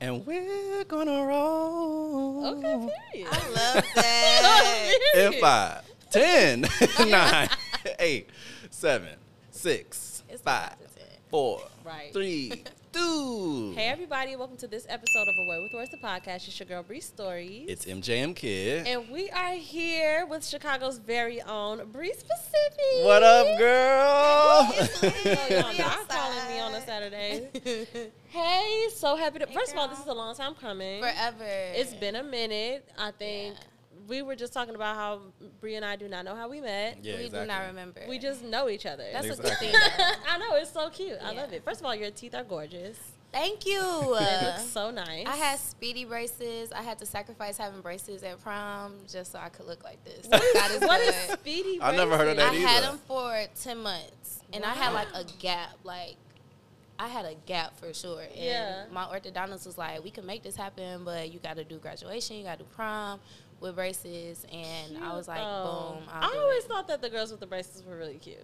and we're gonna roll. Okay, period. I love that. In five, ten, nine, eight, seven, six, It's five, positive. four, Right. three, two. Hey everybody, welcome to this episode of Away with Words, the podcast. It's your girl Bree Story, It's MJM Kid. and we are here with Chicago's very own Bree Pacific. what up, girl? You know, y'all not calling me on a Saturday. hey, so happy to. first of all, this is a long time coming. Forever. It's been a minute. I think we were just talking about how Bree and I do not know how we met. Yeah, we do not exactly. remember. We just know each other. That's a good Exactly. thing. though. I know it's so cute. I Yeah. love it. First of all, your teeth are gorgeous. Thank you. Uh, They look so nice. I had speedy braces. I had to sacrifice having braces at prom just so I could look like this. What is- God is what good. is speedy? I never heard of I that had either. them for ten months, and I had like a gap. Like I had a gap for sure. And Yeah. my orthodontist was like, "We can make this happen, but you got to do graduation. You got to do prom with braces." And I was like, Oh. "Boom!" I'll I do always it. thought that the girls with the braces were really cute.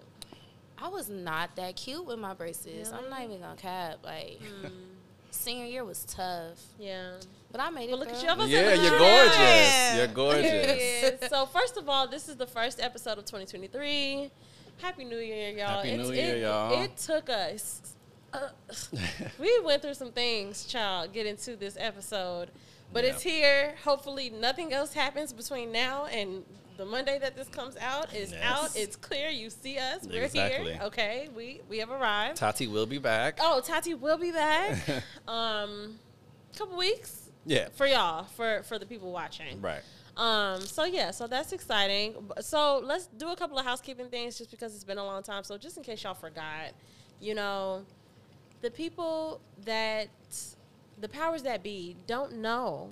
I was not that cute with my braces. I'm not even gonna cap. Like Hmm. senior year was tough, Yeah. but I made it. But look at girl. you. I was like, Yeah, look you're at gorgeous. you. You're gorgeous. Yes. so first of all, this is the first episode of 2023. Happy New Year, y'all! Happy New It's- Year, it, y'all. It took us. uh, we went through some things, child, getting to this episode, but it's Yeah. here. Hopefully, nothing else happens between now and the Monday that this comes out. It's Yes. out. It's clear. You see us. We're Exactly. here. Okay, we we have arrived. Tati will be back. Oh, Tati will be back. um, couple weeks Yeah. for y'all, for for the people watching. Right. Um, so yeah, so that's exciting. B- So let's do a couple of housekeeping things just because it's been a long time. So just in case y'all forgot, you know, the people that the powers that be don't know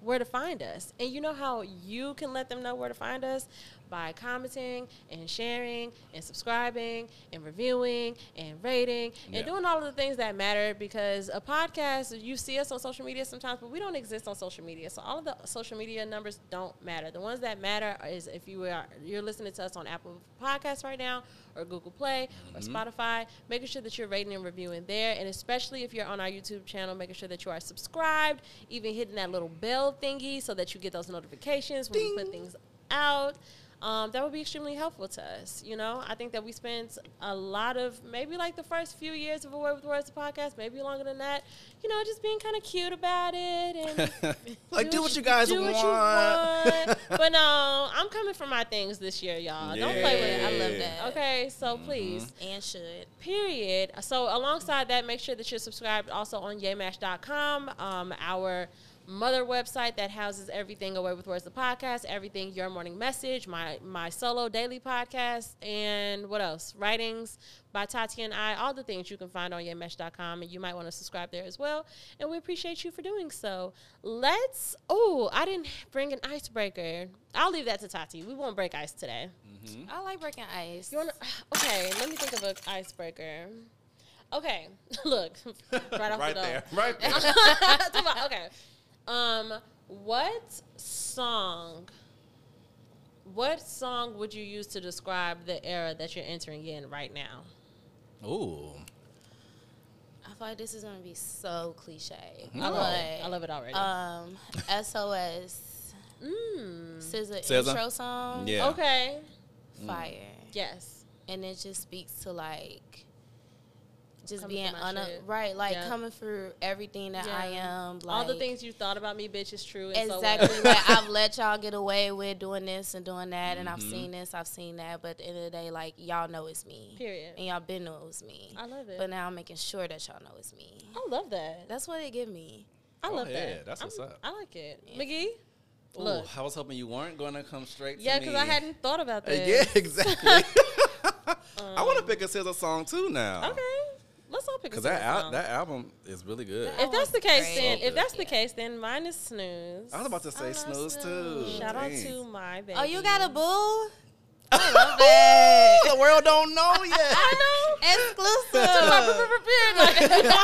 where to find us. And you know how you can let them know where to find us? By commenting and sharing and subscribing and reviewing and rating and Yeah. doing all of the things that matter because a podcast, you see us on social media sometimes, but we don't exist on social media. So all of the social media numbers don't matter. The ones that matter is if you are you're listening to us on Apple Podcasts right now or Google Play or Spotify, making sure that you're rating and reviewing there. And especially if you're on our YouTube channel, making sure that you are subscribed, even hitting that little bell thingy so that you get those notifications when we put things out. Um, that would be extremely helpful to us. You know, I think that we spent a lot of maybe like the first few years of a Word with Words podcast, maybe longer than that. You know, just being kind of cute about it and Like, do, what you guys do want. what you want. but no, I'm coming for my things this year, y'all. Uh, Don't play with it. I love Yeah. that. Okay, so Mm-hmm. please. and should. Period. So alongside that, make sure that you're subscribed also on yaymash.com, um, our mother website that houses everything away with words the podcast, everything your morning message, my my solo daily podcast, and what else? Writings by Tati and I, all the things you can find on yaymash.com and you might want to subscribe there as well. And we appreciate you for doing so. Let's oh, I didn't bring an icebreaker. I'll leave that to Tati. We won't break ice today. I like breaking ice. You want to? Okay, let me think of an icebreaker. Okay, look, right off Right the there. door. Right there. Come on, okay, um, what song? What song would you use to describe the era that you're entering in right now? Ooh. I feel like this is gonna be so cliche. Hmm? I love it. I love it Hmm? already. Um, SOS mm. SZA, SZA? intro song. Yeah. Um, Okay. Hmm. Fire. Yes. And it just speaks to like just Coming being through my un- shit. right, like Yeah. coming through everything that I Yeah. am. Like, All the things you thought about me, bitch, is true. And Exactly. So what? like I've let y'all get away with doing this and doing that, and Mm-hmm. I've seen this, I've seen that. But at the end of the day, like y'all know it's me, Period. and y'all been know it was me. I love it. But now I'm making sure that y'all know it's me. I love that. That's what it give me. I Oh, love yeah, that. that's what's I'm- up. I like it, McGee. Ooh, Look. I was hoping you weren't going to come straight to Yeah, because I me. hadn't thought about Uh, that. yeah, exactly. I want to pick a SZA song too now. Okay. Let's all pick a Because that song. al- that album is really good. if that's the case, then So if that's the good. case, then mine is snooze. I was about to say love Snooze too. Snooze. Shout out Dang. to my baby. Oh, you got a boo? Oh, the world don't know yet. I know. Exclusive.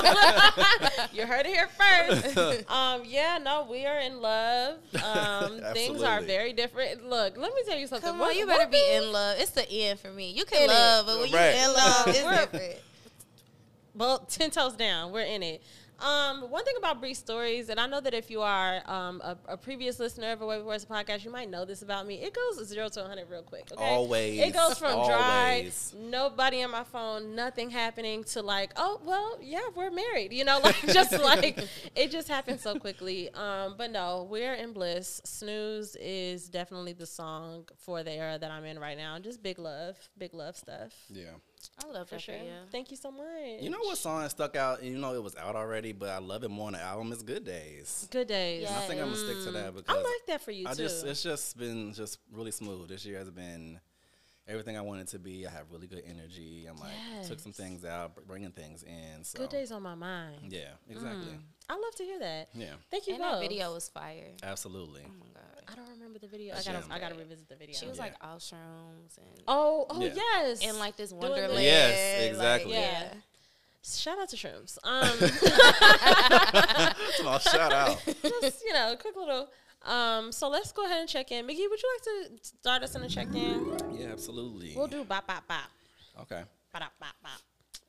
you heard it here first. Um, yeah, no, we are in love. Um, things are Absolutely. very different. Look, let me tell you something. Come What- on, you what better be thing- in love. It's the end for me. You In can it. love, but when you Right. in love, it's We're- different. Well, ten toes down, we're in it. Um, one thing about brief stories, and I know that if you are um, a, a previous listener of a Way Before It's a podcast, you might know this about me. It goes zero to 100 real quick. Okay? Always. It goes from dry, Always. nobody on my phone, nothing happening, to like, oh, well, yeah, we're married. You know, like just like it just happened so quickly. Um, but no, we're in bliss. Snooze is definitely the song for the era that I'm in right now. Just big love, big love stuff. Yeah. I love For that sure. for you. Thank you so much. You know what song stuck out? You know it was out already, but I love it more on the album. It's Good Days. Good days. And I think I'm gonna stick to that because Mm, I like that for you I too. just it's just been just really smooth. This year has been everything I wanted to be. I have really good energy. I'm like took some Yes. things out, br- bringing things in. So Good Mm. days on my mind. Yeah, exactly. I love to hear that. Yeah, Thank you And that both. video was fire. Uh, absolutely. Oh my god. I don't remember the video. I Gem. gotta, I gotta revisit the video. She was Yeah. like all shrooms and oh, oh Yeah. yes, and like this the- wonderland. Yes, like, exactly. yeah. shout out to Shrimps. Um, Small shout out. just you know, quick little. Um, so let's go ahead and check in. Mickey, would you like to start us in a check in? Yeah, absolutely. We'll do bop bop bop, Okay. bop bop bop.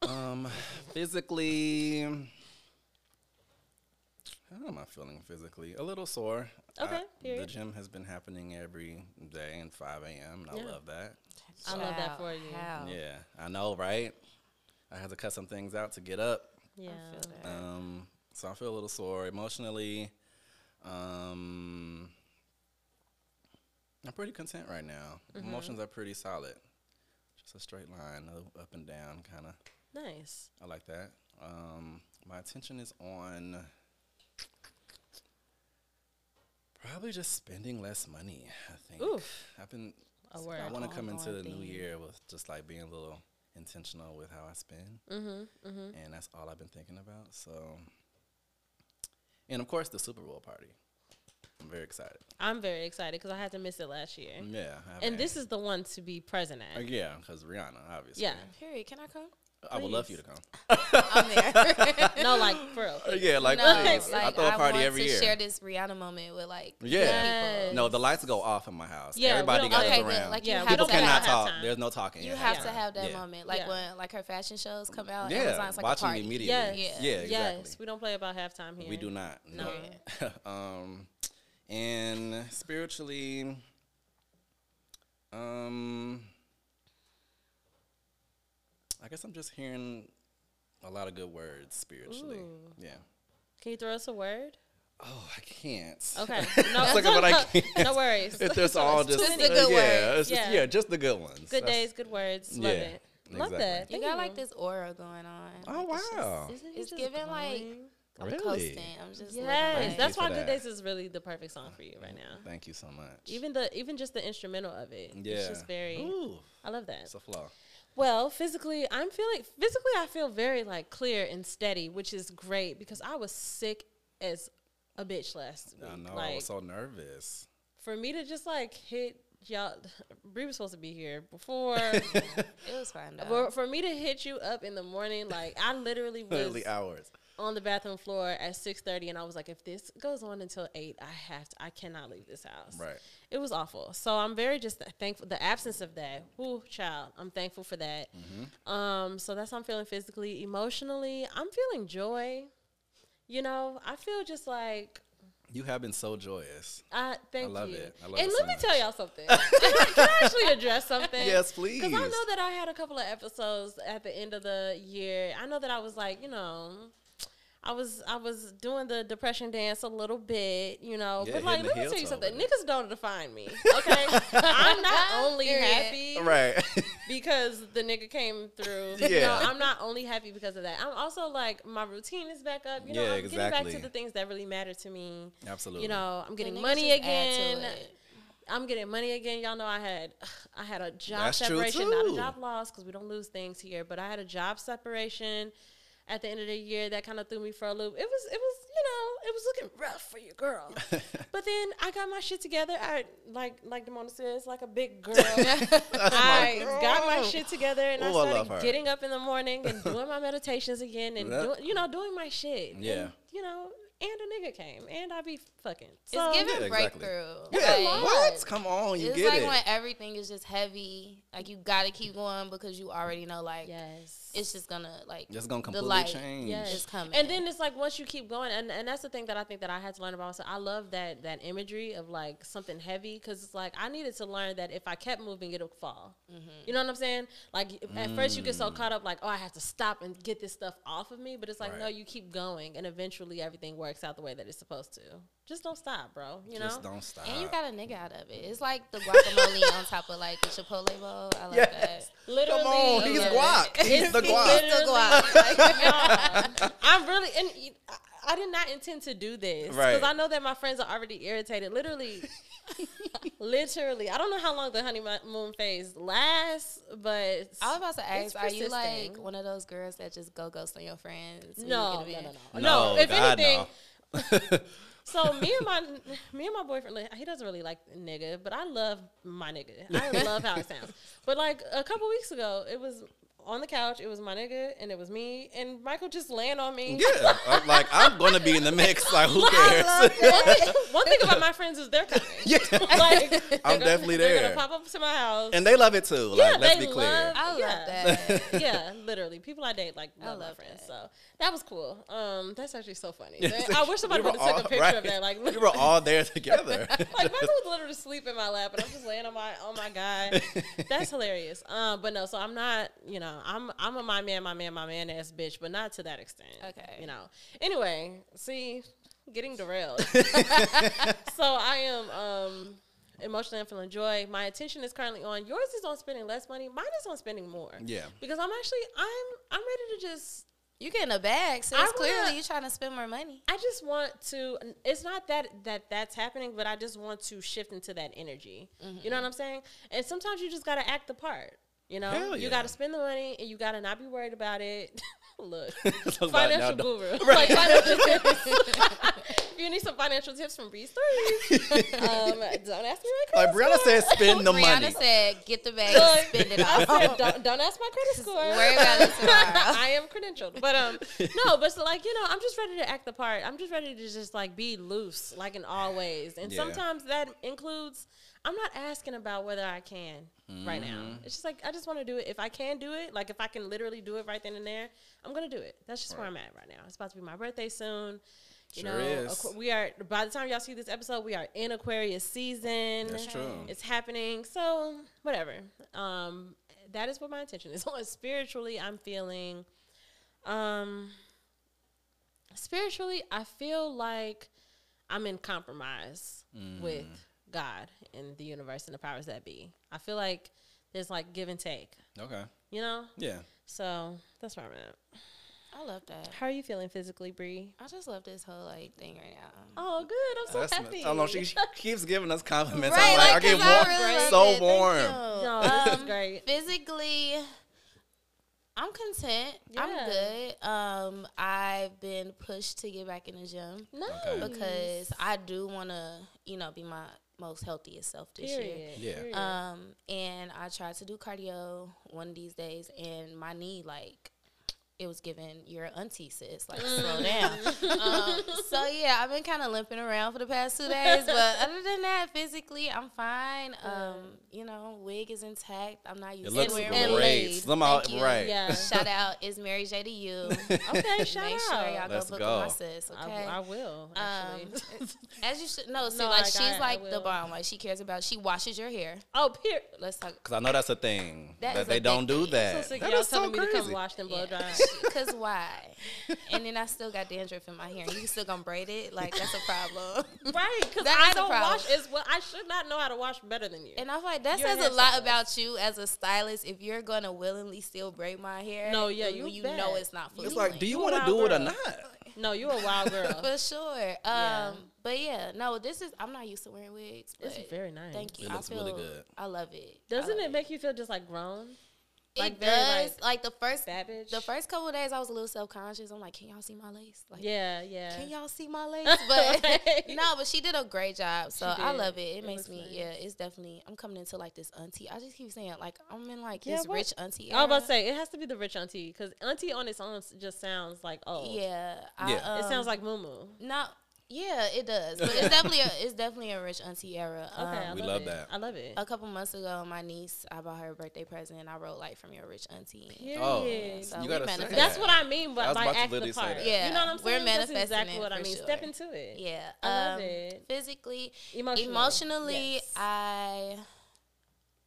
bop. Um, physically, how am I feeling physically? A little sore. Okay, The period. gym has been happening every day and 5 a.m. and Yeah. I love that. I love that Wow, for you. How? Yeah, I know, right? I had to cut some things out to get up. Yeah, I feel that. Um, so I feel a little sore emotionally. Um, I'm pretty content right now. Mm-hmm. Emotions are pretty solid. Just a straight line, no up and down, kind of. nice. I like that. Um, my attention is on probably just spending less money. I think Oof. I've been. A I word. want to come into the new Ongoing thing. year with just like being a little intentional with how I spend, Mm-hmm. Mm-hmm. and that's all I've been thinking about. So, and of course the Super Bowl party. I'm very excited. I'm very excited because I had to miss it last year, Yeah, I and haven't- this is the one to be present Uh, at. yeah because Rihanna, obviously. Yeah. Period. Can I come? I would love you Please. to come. I'm there. No, like for real. Uh, yeah, like, no, please. I like, throw a party want every to year. Share this Rihanna moment with like Yeah. Yes. No, the lights go off in my house. Yeah, we Everybody don't- goes Okay, good. around. Like, you yeah, have we People don't gotta cannot have talk. time. There's no talking. You It have has to have that Yeah. moment, like Yeah. when like her fashion shows come out. Yeah, Amazon's like watching a party. immediately. Yes. Yeah, Yeah. exactly. Yes, we don't play about halftime here. We do not. No. No. um, and spiritually, um, I guess I'm just hearing a lot of good words spiritually. Ooh. Yeah. Can you throw us a word? Oh, I can't. Okay. No, That's like what I no, can't. no worries. It's just all just, Just the uh, good yeah, words. It's just, Yeah. yeah. just the good ones. Good That's- days, good words. Love Yeah, it. Love exactly. that. You Thank got like this aura going on. Oh Like, it's just- wow! Isn't he It's just giving like glowing? I'm Really? coasting. I'm just living Yes, you life. that's for why that. Good Days is really the perfect song for you right now. Thank you so much. Even the even just the instrumental of it. yeah, It's just very Ooh, I love that. it's a flaw. Well, physically, I'm feeling physically I feel very like clear and steady, which is great because I was sick as a bitch last week. I know. Like, I was so nervous. for me to just like hit y'all Bree was supposed to be here before It was fine though. for, for me to hit you up in the morning like I literally was Early hours. on the bathroom floor at 6:30 and I was like if this goes on until 8 I have to I cannot leave this house. Right. It was awful. So I'm very just thankful the absence of that. Ooh, child, I'm thankful for that. Mm-hmm. Um so that's how I'm feeling physically, emotionally. I'm feeling joy. You know, I feel just like You have been so joyous. I thank love you. it. I love and it let so me much. tell y'all something. Can I- Can I actually address something? Yes, please. Because I know that I had a couple of episodes at the end of the year. I know that I was like, you know, I was I was doing the depression dance a little bit, you know. Yeah, but like, hitting the let me heel tell you toe something. with it. Niggas don't define me. Okay, I'm not only Period. happy Right. because the nigga came through. Yeah. No, I'm not only happy because of that. I'm also like my routine is back up. You know, Yeah, I'm getting back exactly. to the things that really matter to me. Absolutely. You know, I'm The getting niggas money just add to again. it. I'm getting money again. Y'all know I had I had a job That's true, separation, not a too. job loss because we don't lose things here. But I had a job separation at the end of the year that kind of threw me for a loop. It was it was you know it was looking rough for you, girl. but then I got my shit together. I like like Demona says, like a big girl. I got my shit together and Ooh, oh. I I love started her. getting up in the morning and doing my meditations again and That- doing, you know doing my shit. Yeah. And, you know and a nigga came, and I be fucking. It's So, giving Yeah, exactly. breakthrough. Yeah, Like, what? Come on, you it's get like it. when everything is just heavy. Like you gotta keep going because you already know like yes, it's just gonna like It's gonna the completely light change. Yes. is coming. and then it's like once you keep going, and, and that's the thing that I think that I had to learn about myself. I love that that imagery of like something heavy because it's like I needed to learn that if I kept moving, it'll fall. Mm-hmm. You know what I'm saying? Like if- at first you get Mm. so caught up, like oh I have to stop and get this stuff off of me, but it's like Right. no, you keep going, and eventually everything works out the way that it's supposed to. Just don't stop, bro. You Just know. don't stop. And you got a nigga out of it. It's like the guacamole on top of like the chipotle bowl. I love Yes. Literally, Come on, he's literally- guac. He's It's the guac. literally- The guac. Like, y'all, I'm really, and you- I- I did not intend to do this because Right. I know that my friends are already irritated. Literally, literally, I don't know how long the honeymoon phase lasts, but I was about to It's ask, are you like persisting. one of those girls that just go ghost on your friends? when you no, get no, no, a man? no, No, no. If God, anything, no. so me and my me and my boyfriend, like, he doesn't really like nigga, but I love my nigga. I love how it sounds. But like a couple weeks ago, it was on the couch. It was my nigga, and it was me, and Michael just laying on me. Yeah, I'm like I'm gonna be in the mix. Like who cares? one, thing, one thing about my friends is they're coming. yeah, Like, they're gonna- definitely They're there. gonna pop up to my house. and they love it too. Like Yeah, let's they be clear. love- I love Yeah. that. yeah, literally, people I date like love, my love friends. that. So that was cool. Um, that's actually so funny. Yes. I wish somebody We were would have took all- a picture right. of that. Like, we were all there together. like Michael was literally asleep in my lap, and I'm just laying on my oh my god, that's hilarious. Um, but no, so I'm not, you know, I'm I'm a my man, my man, my man ass bitch, but not to that extent. Okay. you know. Anyway, see, getting derailed. so I am um emotionally and feeling joy. My attention is currently on yours is on spending less money, mine is on spending more. Yeah. because I'm actually I'm I'm ready to just You getting a bag, so I it's wanna- clearly you trying to spend more money. I just want to. It's not that that that's happening, but I just want to shift into that energy. Mm-hmm. You know what I'm saying? And sometimes you just gotta act the part. You know, Hell yeah. you gotta spend the money, and you gotta not be worried about it. Look, It's like, now financial don't- guru. Like financial tips. if you need some financial tips from Breeze Three, um, don't ask me my Like credit Brianna score. said, spend the Rihanna money. said, "Get the bag, Look, and spend it I all. said, don't, don't ask my credit score. Worry about it tomorrow." I am credentialed, but um, no, but so like you know, I'm just ready to act the part. I'm just ready to just like be loose, like in all ways, and Yeah. sometimes that includes. I'm not asking about whether I can right now. Mm-hmm. It's just like I just want to do it. If I can do it, like if I can literally do it right then and there, I'm gonna do it. That's just where I'm at right now. It's about to be my birthday soon. You Sure know, is. Aqu- we are by the time y'all see this episode, we are in Aquarius season. That's true. It's happening. So whatever. Um, that is what my intention is on. Spiritually, I'm feeling. Um, spiritually, I feel like I'm in compromise Mm. with God and the universe and the powers that be. I feel like there's like give and take. Okay. You know. Yeah. So that's where I'm at. I love that. How are you feeling physically, Bree? I just love this whole like thing right now. Oh, good. I'm so That's happy. how long she, she keeps giving us compliments. Right, I'm like, I like, 'cause get I warm, really love it. so Thank warm. you. No, this is Um, great. Physically, I'm content. I'm Yeah. good. Um, I've been pushed to get back in the gym No. Okay. because I do want to, you know, be my most healthiest self this year. Period. Yeah. Period. Um, and I tried to do cardio one of these days, and my knee like it was giving your auntie sis like Mm. slow down. um, so yeah, I've been kind of limping around for the past two days, but other than that, physically I'm fine. Um, you know, wig is intact. I'm not using It looks we're great. in laid. Somehow, Thank you. right. Yeah. Shout out is Mary J to you. okay, shout Make sure out. y'all Let's go book go. my sis. I- Okay. Um, I, will actually. As you should know, see, No, like, like, she's I- I like the will. bomb. Like she cares about. She washes your hair. oh, period. Let's talk. Because I know that's a thing. That That, is a they big don't do thing. So that. sick of That y'all is so telling me to come crazy. wash them blow dry. Cause why? And then I still got dandruff in my hair. You still gonna braid it? Like that's a problem. right, because That I is a don't problem. wash as well. I should not know how to wash better than you. And I feel like that You're a says hair a lot stylist. about you as a stylist. If you're gonna willingly still braid my hair, No, yeah, when you you bet. know it's not for It's healing. like, do you You a want to wild do it or girl. not? no, you a wild girl. for sure. Um, Yeah. but yeah, no, this is I'm not used to wearing wigs. It's but very nice. Thank you. It looks I feel really good. I love it. I Doesn't love it make you feel just like grown? It Like, very, does. like, Like, the first Savage. the first couple of days, I was a little self conscious. I'm like, can y'all see my lace? Like, Yeah, yeah. Can y'all see my lace? But Right. no, but she did a great job. So She I did. love it. It, It makes looks me, nice. yeah, it's definitely. I'm coming into like this auntie. I just keep saying like I'm in like Yeah, this what- rich auntie. I was about era. to say it has to be the rich auntie because auntie on its own s- just sounds like old. Yeah, I, Yeah. oh. it um, sounds like moo moo. no. Yeah, it does. But it's definitely a, it's definitely a rich auntie era. Okay, I Um, we love, love it. that. I love it. a couple months ago, my niece, I bought her a birthday present. and I wrote like from your rich auntie. Period. Oh, So you we gotta say manifest- that. That's what I mean, I but was by about to act the literally say part. that. you know what I'm Yeah, we're saying? That's manifesting exactly it what I for mean. sure. Step into it. Yeah, I love um, it. Physically, Emotional. emotionally, Yes. I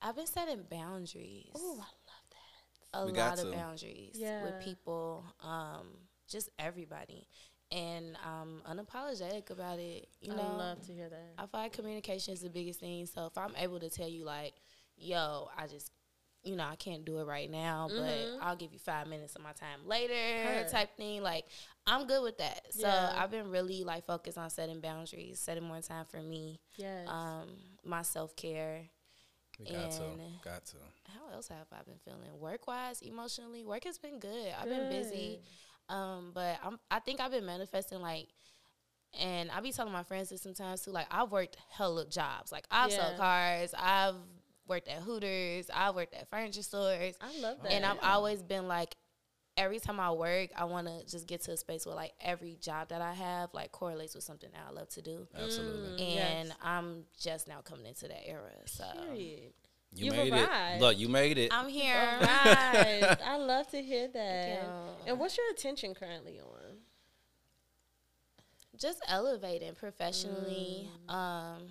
I've been setting boundaries. Ooh, I love a We got lot of to. boundaries Yeah. with people, um, just everybody, and I'm unapologetic about it. You I know, love to hear that. I find communication is the biggest thing. So if I'm able to tell you, like, yo, I just, you know, I can't do it right now, Mhm. but I'll give you five minutes of my time later, Heard. type thing. Like, I'm good with that. So Yeah. I've been really like focused on setting boundaries, setting more time for me, Yes. um, my self care. We got to. And- Got to. Mm. How else have I been feeling? Work wise, emotionally, work has been good. I've been busy. Um, but I'm I think I've been manifesting like and I be telling my friends this sometimes too, like I've worked hella jobs. Like I've Yeah. sold cars, I've worked at Hooters, I've worked at furniture stores. I love that. And I've yeah. always been like every time I work, I wanna just get to a space where like every job that I have like correlates with something that I love to do. Absolutely. Mm, And yes. I'm just now coming into that era. So Period. You You've made arrived. it. Look, you made it. I'm here. Oh, Right. I love to hear that. Yeah. And what's your attention currently on? just elevating professionally Mm. um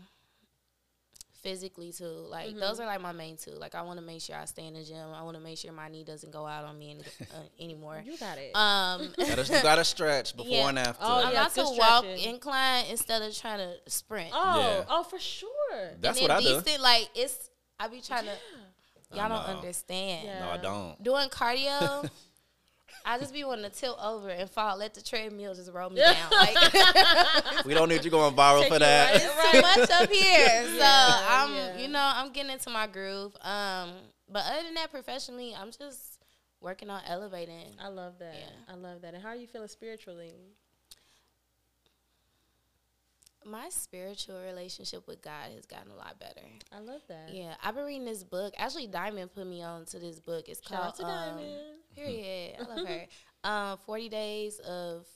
physically too like Mm-hmm. those are like my main two like i want to make sure i stay in the gym i want to make sure my knee doesn't go out on me any, uh, anymore You got it. um Gotta- you gotta stretch before Yeah. and after. Oh, i'm yeah, not to good walk stretching. incline instead of trying to sprint oh, Yeah. oh, for sure. That's and what I do. Uh-huh. decent, like it's i be trying to I y'all don't know. understand Yeah. No, I don't. doing cardio I just be wanting to tilt over and fall. Let the treadmill just roll me Yeah. down. Like We don't need you going viral Take for you that. right- so much up here. So Yeah, I'm, yeah. you know, I'm getting into my groove. Um, but other than that, professionally, I'm just working on elevating. I love that. Yeah. I love that. And how are you feeling spiritually? My spiritual relationship with God has gotten a lot better. I love that. Yeah, I've been reading this book. Actually, Diamond put me on to this book. It's Shout called out to um, Diamond. Period. I love her. Um, Forty days of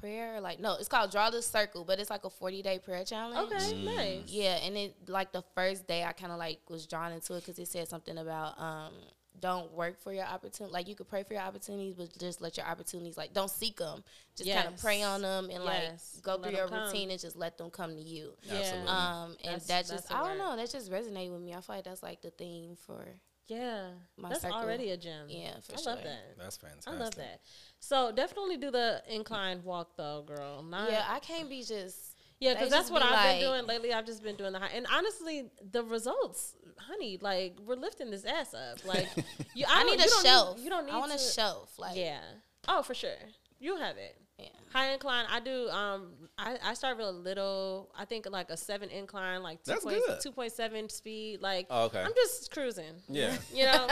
prayer. Like no, it's called Draw the Circle, but it's like a forty day prayer challenge. Okay, Mm. nice. Yeah, and it like the first day I kind of like was drawn into it because it said something about um don't work for your opportunity. Like you could pray for your opportunities, but just let your opportunities like don't seek them. Just kind Yes. of pray on them and Yes. like go Let through 'em your come. routine and just let them come to you. Yeah. Absolutely. Um, and That's- that that's just a I word. don't know. That just resonated with me. I feel like that's like the theme for Yeah. My That's circle. already a gem. yeah. Mm-hmm. For I sure. love that. That's fantastic. I love that. So definitely do the incline walk though, girl. Not, Yeah, I can't be just Yeah, They because that's just what be I've been like- doing lately. I've just been doing the high, and honestly, the results, honey, like we're lifting this ass up. Like, you, I, I, don't- need you a don't shelf. you don't need. I want to, a shelf. Like yeah. yeah. Oh, for sure. You have it. High incline. I do. Um, I I start with a little. I think like a seven incline, like two That's point good. two point seven speed. Like, Oh, okay. I'm just cruising. Yeah. You know,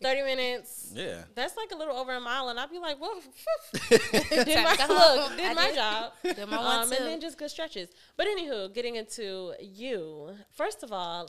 thirty minutes. Yeah. That's like a little over a mile, and I'd be like, "Well, did Time my to go look, home. did I my did- job." Then my one um, and too. then just good stretches. But anywho, getting into you. First of all,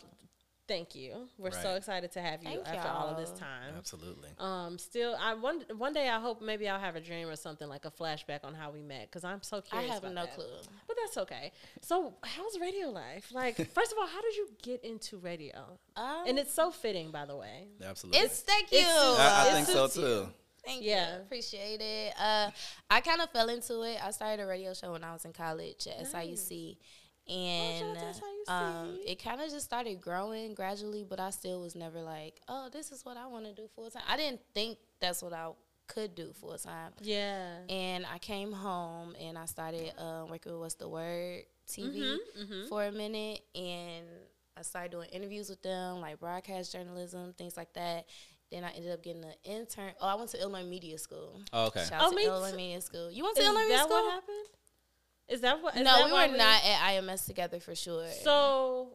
thank you. We're so Right. excited to have you Thank after all of this y'all. time. Absolutely. Um, still, I one one day I hope maybe I'll have a dream or something like a flashback on how we met because I'm so I curious. have about no that. clue. but that's okay. So, how's radio life? Like, first of all, how did you get into radio? Um, And it's so fitting, by the way. Absolutely. it's thank you. I, I it think so suits you. too. Thank Yeah. you. Appreciate it. Uh, I kind of fell into it. I started a radio show when I was in college at SIUC. shout And out to SIUC. um, it kind of just started growing gradually, but I still was never like, oh, this is what I want to do full time. I didn't think that's what I could do full time. Mm-hmm. Yeah. And I came home and I started uh, working with What's the Word TV Mm-hmm. for a minute. And I started doing interviews with them, like broadcast journalism, things like that. Then I ended up getting an intern. Oh, I went to Illinois Media School. Oh, okay. Shout Oh, out to me Illinois too. Media School. You went to Is Illinois Media that what School? happened? Is that what? is No, that we why were not at IMS together for sure. So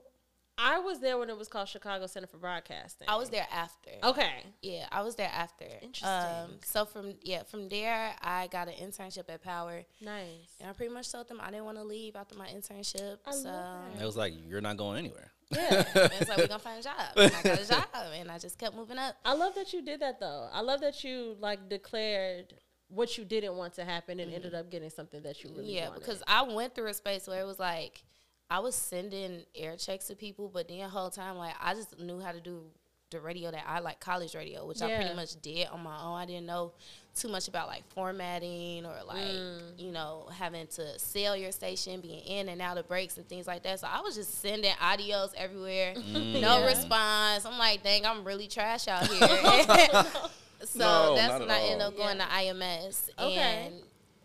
I was there when it was called Chicago Center for Broadcasting. I was there after. Okay. Yeah, I was there after. Um, Oh. Interesting. so from yeah, from there I got an internship at Power, Nice. and I pretty much told them I didn't want to leave after my internship. I so love It was like you're not going anywhere. yeah, it's like we gonna find a job. And I got a job, and I just kept moving up. I love that you did that though. I love that you like declared what you didn't want to happen and ended up getting something that you really Mm-hmm. yeah, wanted. because I went through a space where it was like I was sending air checks to people, but then the whole time like I just knew how to do the radio that I like college radio, which I Yeah. pretty much did on my own. I didn't know too much about like formatting or like Mm. you know having to sell your station, being in and out of breaks and things like that. So I was just sending audios everywhere, Mm. no Yeah. response. I'm like, dang, I'm really trash out here. So No, that's not when at I ended all. up going to IMS. Okay. And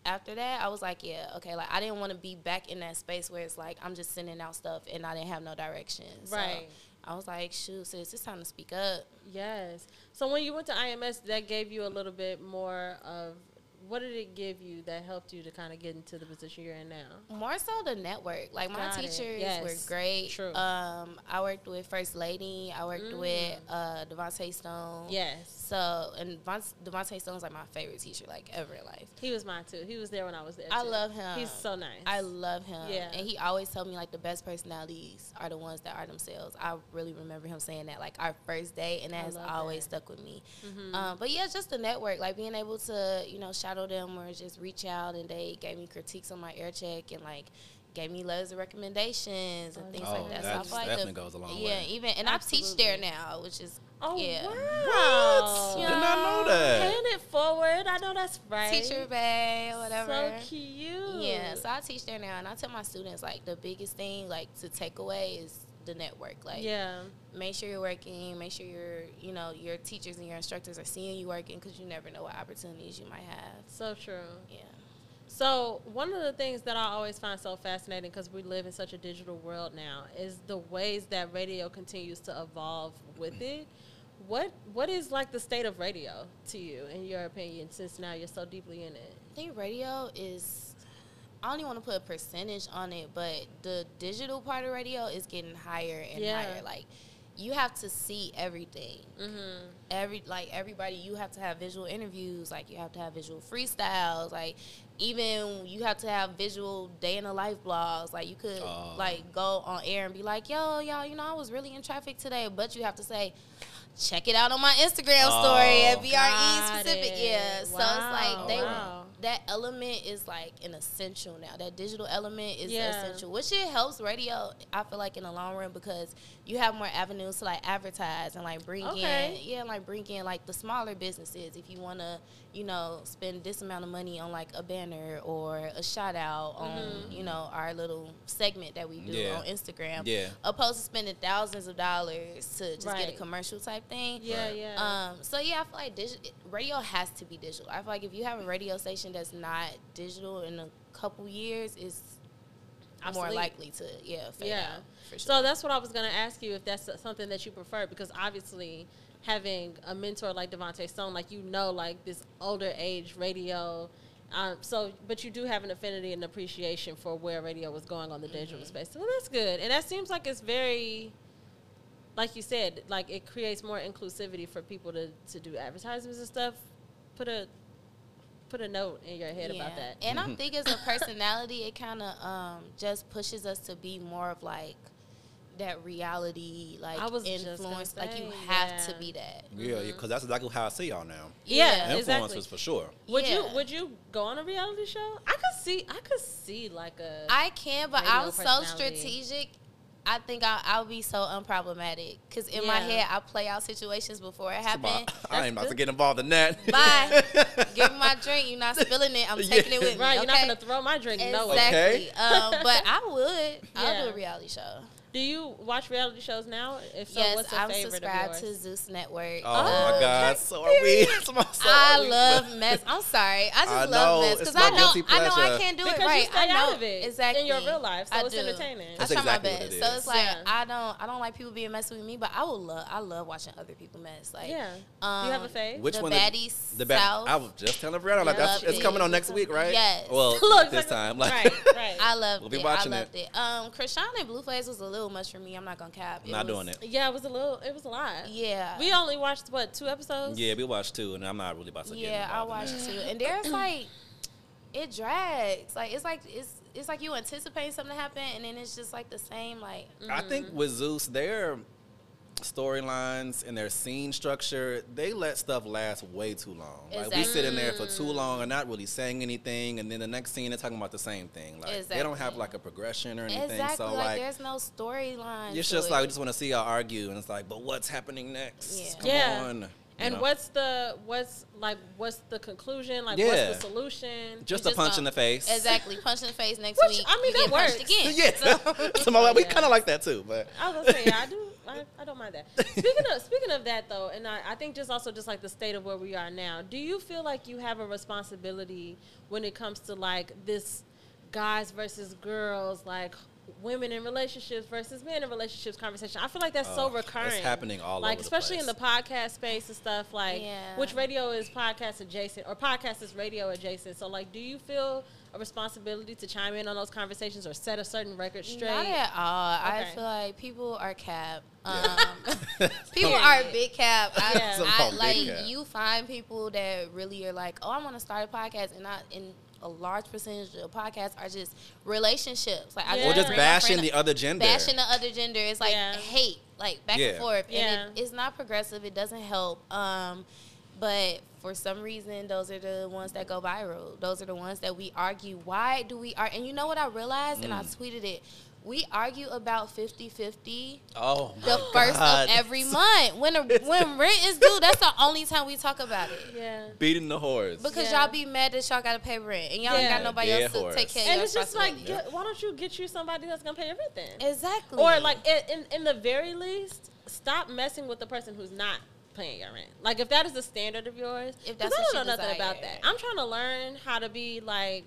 after that, I was like, yeah, okay. Like, I didn't want to be back in that space where it's like I'm just sending out stuff and I didn't have no direction. So Right. I was like, shoot, sis, it's time to speak up. yes. So when you went to IMS, that gave you a little bit more of what did it give you that helped you to kind of get into the position you're in now? More so the network. Like, my Got it. teachers Yes. were great. True. Mm. Um, I worked with First Lady, I worked with uh, Devontae Stone. Yes. So, and Von- Devontae Stone's like my favorite teacher, like, ever in life. He was mine too. He was there when I was there. I too. love him. He's so nice. I love him. Yeah. And he always told me like the best personalities are the ones that are themselves. I really remember him saying that like our first day and I that has love always that. stuck with me. Mm-hmm. Um, but yeah, just the network, like being able to, you know, shadow them or just reach out and they gave me critiques on my air check and like gave me letters of recommendations and Oh, things yeah. like that. Oh, that so I feel like definitely the, goes a long yeah, way. even and I teach there now, which is Oh yeah. wow! Did not know that. Paying it forward. I know that's right. Teacher bay or whatever. So cute. Yeah, so I teach there now, and I tell my students like the biggest thing like to take away is the network. Like, yeah. make sure you're working, make sure your you know your teachers and your instructors are seeing you working because you never know what opportunities you might have. So true. Yeah, So one of the things that I always find so fascinating because we live in such a digital world now is the ways that radio continues to evolve with it. What what is like the state of radio to you in your opinion since now you're so deeply in it? I think radio is. I don't even want to put a percentage on it, but the digital part of radio is getting higher and Yeah. higher. Like, you have to see everything. Mm-hmm. every like everybody you have to have visual interviews like you have to have visual freestyles like even you have to have visual day in the life blogs like you could Oh. like go on air and be like yo y'all you know i was really in traffic today but you have to say check it out on my instagram Oh. story at bre Got E specific it. yeah so it's Wow. like they Wow. that element is like an essential now that digital element is Yeah. essential which it helps radio i feel like in the long run because you have more avenues to like advertise and like bring Okay. in yeah, like bring in like the smaller businesses. If you want to, you know, spend this amount of money on like a banner or a shout out Mm-hmm. on, you know, our little segment that we do Yeah. on Instagram. Yeah. Opposed to spending thousands of dollars to just get Right. a commercial type thing. Yeah, Right. yeah. Um, so yeah, I feel like digi- radio has to be digital. I feel like if you have a radio station that's not digital in a couple years, it's more Obsolete. likely to yeah fade Yeah. out for sure. So that's what I was going to ask you if that's something that you prefer because obviously having a mentor like Devonte Stone, like you know, like this older age radio. Um, so, but you do have an affinity and appreciation for where radio was going on the digital space. So that's good, and that seems like it's very, like you said, like it creates more inclusivity for people to to do advertisements and stuff. Put a put a note in your head about that. And I think as a personality, it kind of um, just pushes us to be more of like that reality, like I was just gonna influence. like you say, have to yeah. be that. Yeah, because that's exactly how I see y'all now. Yeah. Influencers exactly. for sure. Would Yeah. you would you go on a reality show? I could see I could see like a I can, but Radio I'm so personality. strategic. I think I'll, I'll be so unproblematic because in my Yeah. head, I play out situations before it Come on, happens. I ain't about That's to good. get involved in that. Bye. Give me my drink. You're not spilling it. I'm Yeah. taking it with me. right. You're not okay? gonna throw my drink nowhere. Okay. Exactly. Um, but I would. Yeah. I'll do a reality show. Do you watch reality shows now? If so, yes, what's your I'm favorite subscribed of to yours? Zeus Network. Oh, my okay. God. So are we. So are I we. love mess. I'm sorry. I just I love know. mess It's because my I know guilty I know I pleasure. can't do Because it you right. stay I know out of it exactly in your real life, so I it's do. entertaining. I That's try my exactly what best. it So is. it's like Yeah. I don't I don't like people being messy with me, but I would love I love watching other people mess. Like yeah. um, Do you have a fave? Which the one? baddies The, the south. I was just telling Brianna like Yeah. that's Love it's coming it. on next week, right? Yes. Well, Look, this like- time, like right, right. I loved We'll be it. watching I it. loved it. Um, Krishan and Blueface was a little little much for me. I'm not gonna cap. I'm not doing it. Yeah, it was a little. It was a lot. Yeah. We only watched what two episodes. Yeah, we watched two, and I'm not really about to. get yeah, I involved in watched that. too. And there's like it drags. Like it's like it's it's like you anticipate something to happen and then it's just like the same like mm. I think Mm-hmm. with Zeus, their storylines and their scene structure, they let stuff last way too long. Like we sit in there for too long and not really saying anything, and then the next scene they're talking about the same thing. Like they don't have Exactly. like a progression or anything. exactly So like, like, there's no storyline. it's to just it. like we just want to see y'all argue, and it's like, but what's happening next? Yeah. Come Yeah. on. You And know? what's the what's like what's the conclusion? Like Yeah. what's the solution? just a we just punch don't- in the face. Exactly. Punch in the face next Which, week. I mean, you that get punched works. again. Yeah, so my, we Yeah. kind of like that too, but I was gonna say I do. I, I don't mind that. Speaking of speaking of that though, and I, I think just also just like the state of where we are now. Do you feel like you have a responsibility when it comes to like this guys versus girls, like women in relationships versus men in relationships conversation? I feel like that's Oh, so it's recurrent. happening all like over the especially in the place. podcast space and stuff. Like Yeah. which radio is podcast adjacent or podcast is radio adjacent. So like, do you feel a responsibility to chime in on those conversations or set a certain record straight? Not at all. Okay. I feel like people are cap. Yeah. Um, people are big cap. I, Yeah. Some I, call big like cap. you find people that really are like, oh, I want to start a podcast, and I and a large percentage of podcasts are just relationships. Like I Yeah. or just bring my bashing friend- the other gender. bashing the other gender. It's like Yeah. hate, like back Yeah. and forth, and Yeah. it, it's not progressive. It doesn't help. Um, but for some reason, those are the ones that go viral. Those are the ones that we argue. Why do we argue? And you know what I realized, and I Mm. tweeted it. We argue about 50-50 oh, my the first God. of every month. When a, when rent is due, that's the only time we talk about it. yeah. beating the horse. Because Yeah. y'all be mad that y'all gotta pay rent and y'all ain't Yeah. got nobody Dead else to horse. take care of. and your it's just like, responsibilities. get- why don't you get you somebody that's gonna pay your rent then? exactly. Or like, i- in, in the very least, stop messing with the person who's not paying your rent. Like, if that is the standard of yours, If 'cause that's I what don't know you nothing about that. desire. I'm trying to learn how to be like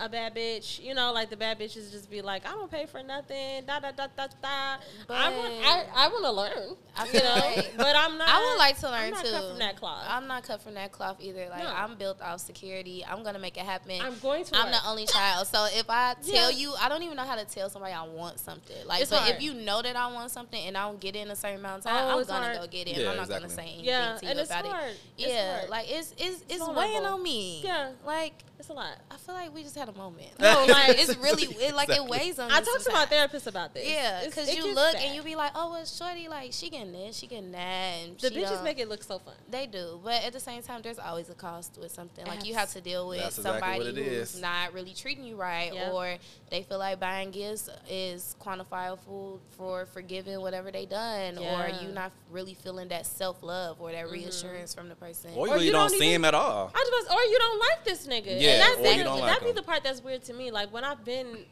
a bad bitch. You know, like the bad bitches just be like, I don't pay for nothing. Da da da da da. I want, I, I want to learn. I You feel know, like- but I'm not. I would like to I'm learn not too. cut from that cloth. I'm not cut from that cloth either. Like No. I'm built off security. I'm gonna make it happen. I'm going to I'm work. the only child, so if I Yeah. tell you, I don't even know how to tell somebody I want something. Like, It's but hard. if you know that I want something and I don't get it in a certain amount of time, Oh, I'm it's gonna hard. go get it. Yeah, I'm not gonna exactly. say anything yeah, to you and it's about hard. it. It's Yeah, hard. like it's it's it's weighing vulnerable. on me. Yeah. like it's a lot. I feel like we just had a moment. No, like it's really it, like it Exactly. weighs on. I me talked to my sometimes. therapist about this. Yeah, It's- because it you gets look bad. and you be like, oh, well, shorty, like she getting this, she getting that. And The she bitches done- make it look so fun. They do, but at the same time, there's always a cost with something. Like you have to deal with That's exactly somebody what it who's is. not really treating you right, Yeah. or they feel like buying gifts is quantifiable for forgiving whatever they done, Yeah. Mm-hmm. or you not really feeling that self love or that reassurance from the person. or you Or really you don't, don't see even- him at all. I just, or you don't like this nigga. Yeah, and or that's you that- don't like that'd be him. the part that's weird to me. Like when I've been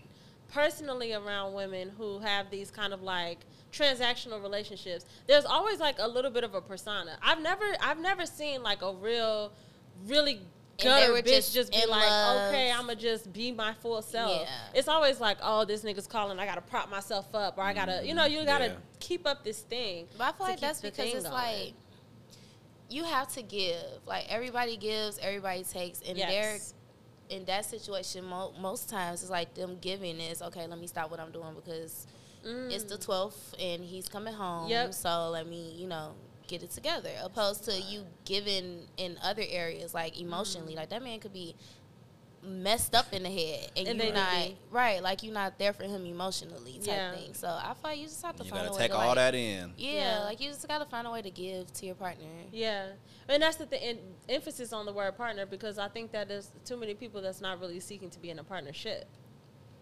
personally around women who have these kind of like transactional relationships, there's always like a little bit of a persona. I've never, I've never seen like a real, really And they gutter were bitch just just, be in like, love. okay, I'ma just be my full self. Yeah. It's always like, oh, this nigga's calling. I gotta prop myself up, or I gotta, you know, you gotta yeah. keep up this thing. But I to feel like keep that's the because thing it's going. like you have to give. Like everybody gives, everybody takes, and they're Yes. in that situation. Mo- most times, it's like them giving is okay. Let me stop what I'm doing because it's the 12th and he's coming home. Mm. Yep. So let me, you know, get it together. Opposed to you giving in other areas, like Mm. emotionally, like that man could be messed up in the head and, And you're they could not be. right like you're not there for him emotionally type Yeah. thing so i feel like you just have to You find gotta a way take to all like, that in. yeah, Yeah. like you just gotta find a way to give to your partner. Yeah, and that's the thing. and Emphasis on the word partner because I think that there's too many people that's not really seeking to be in a partnership.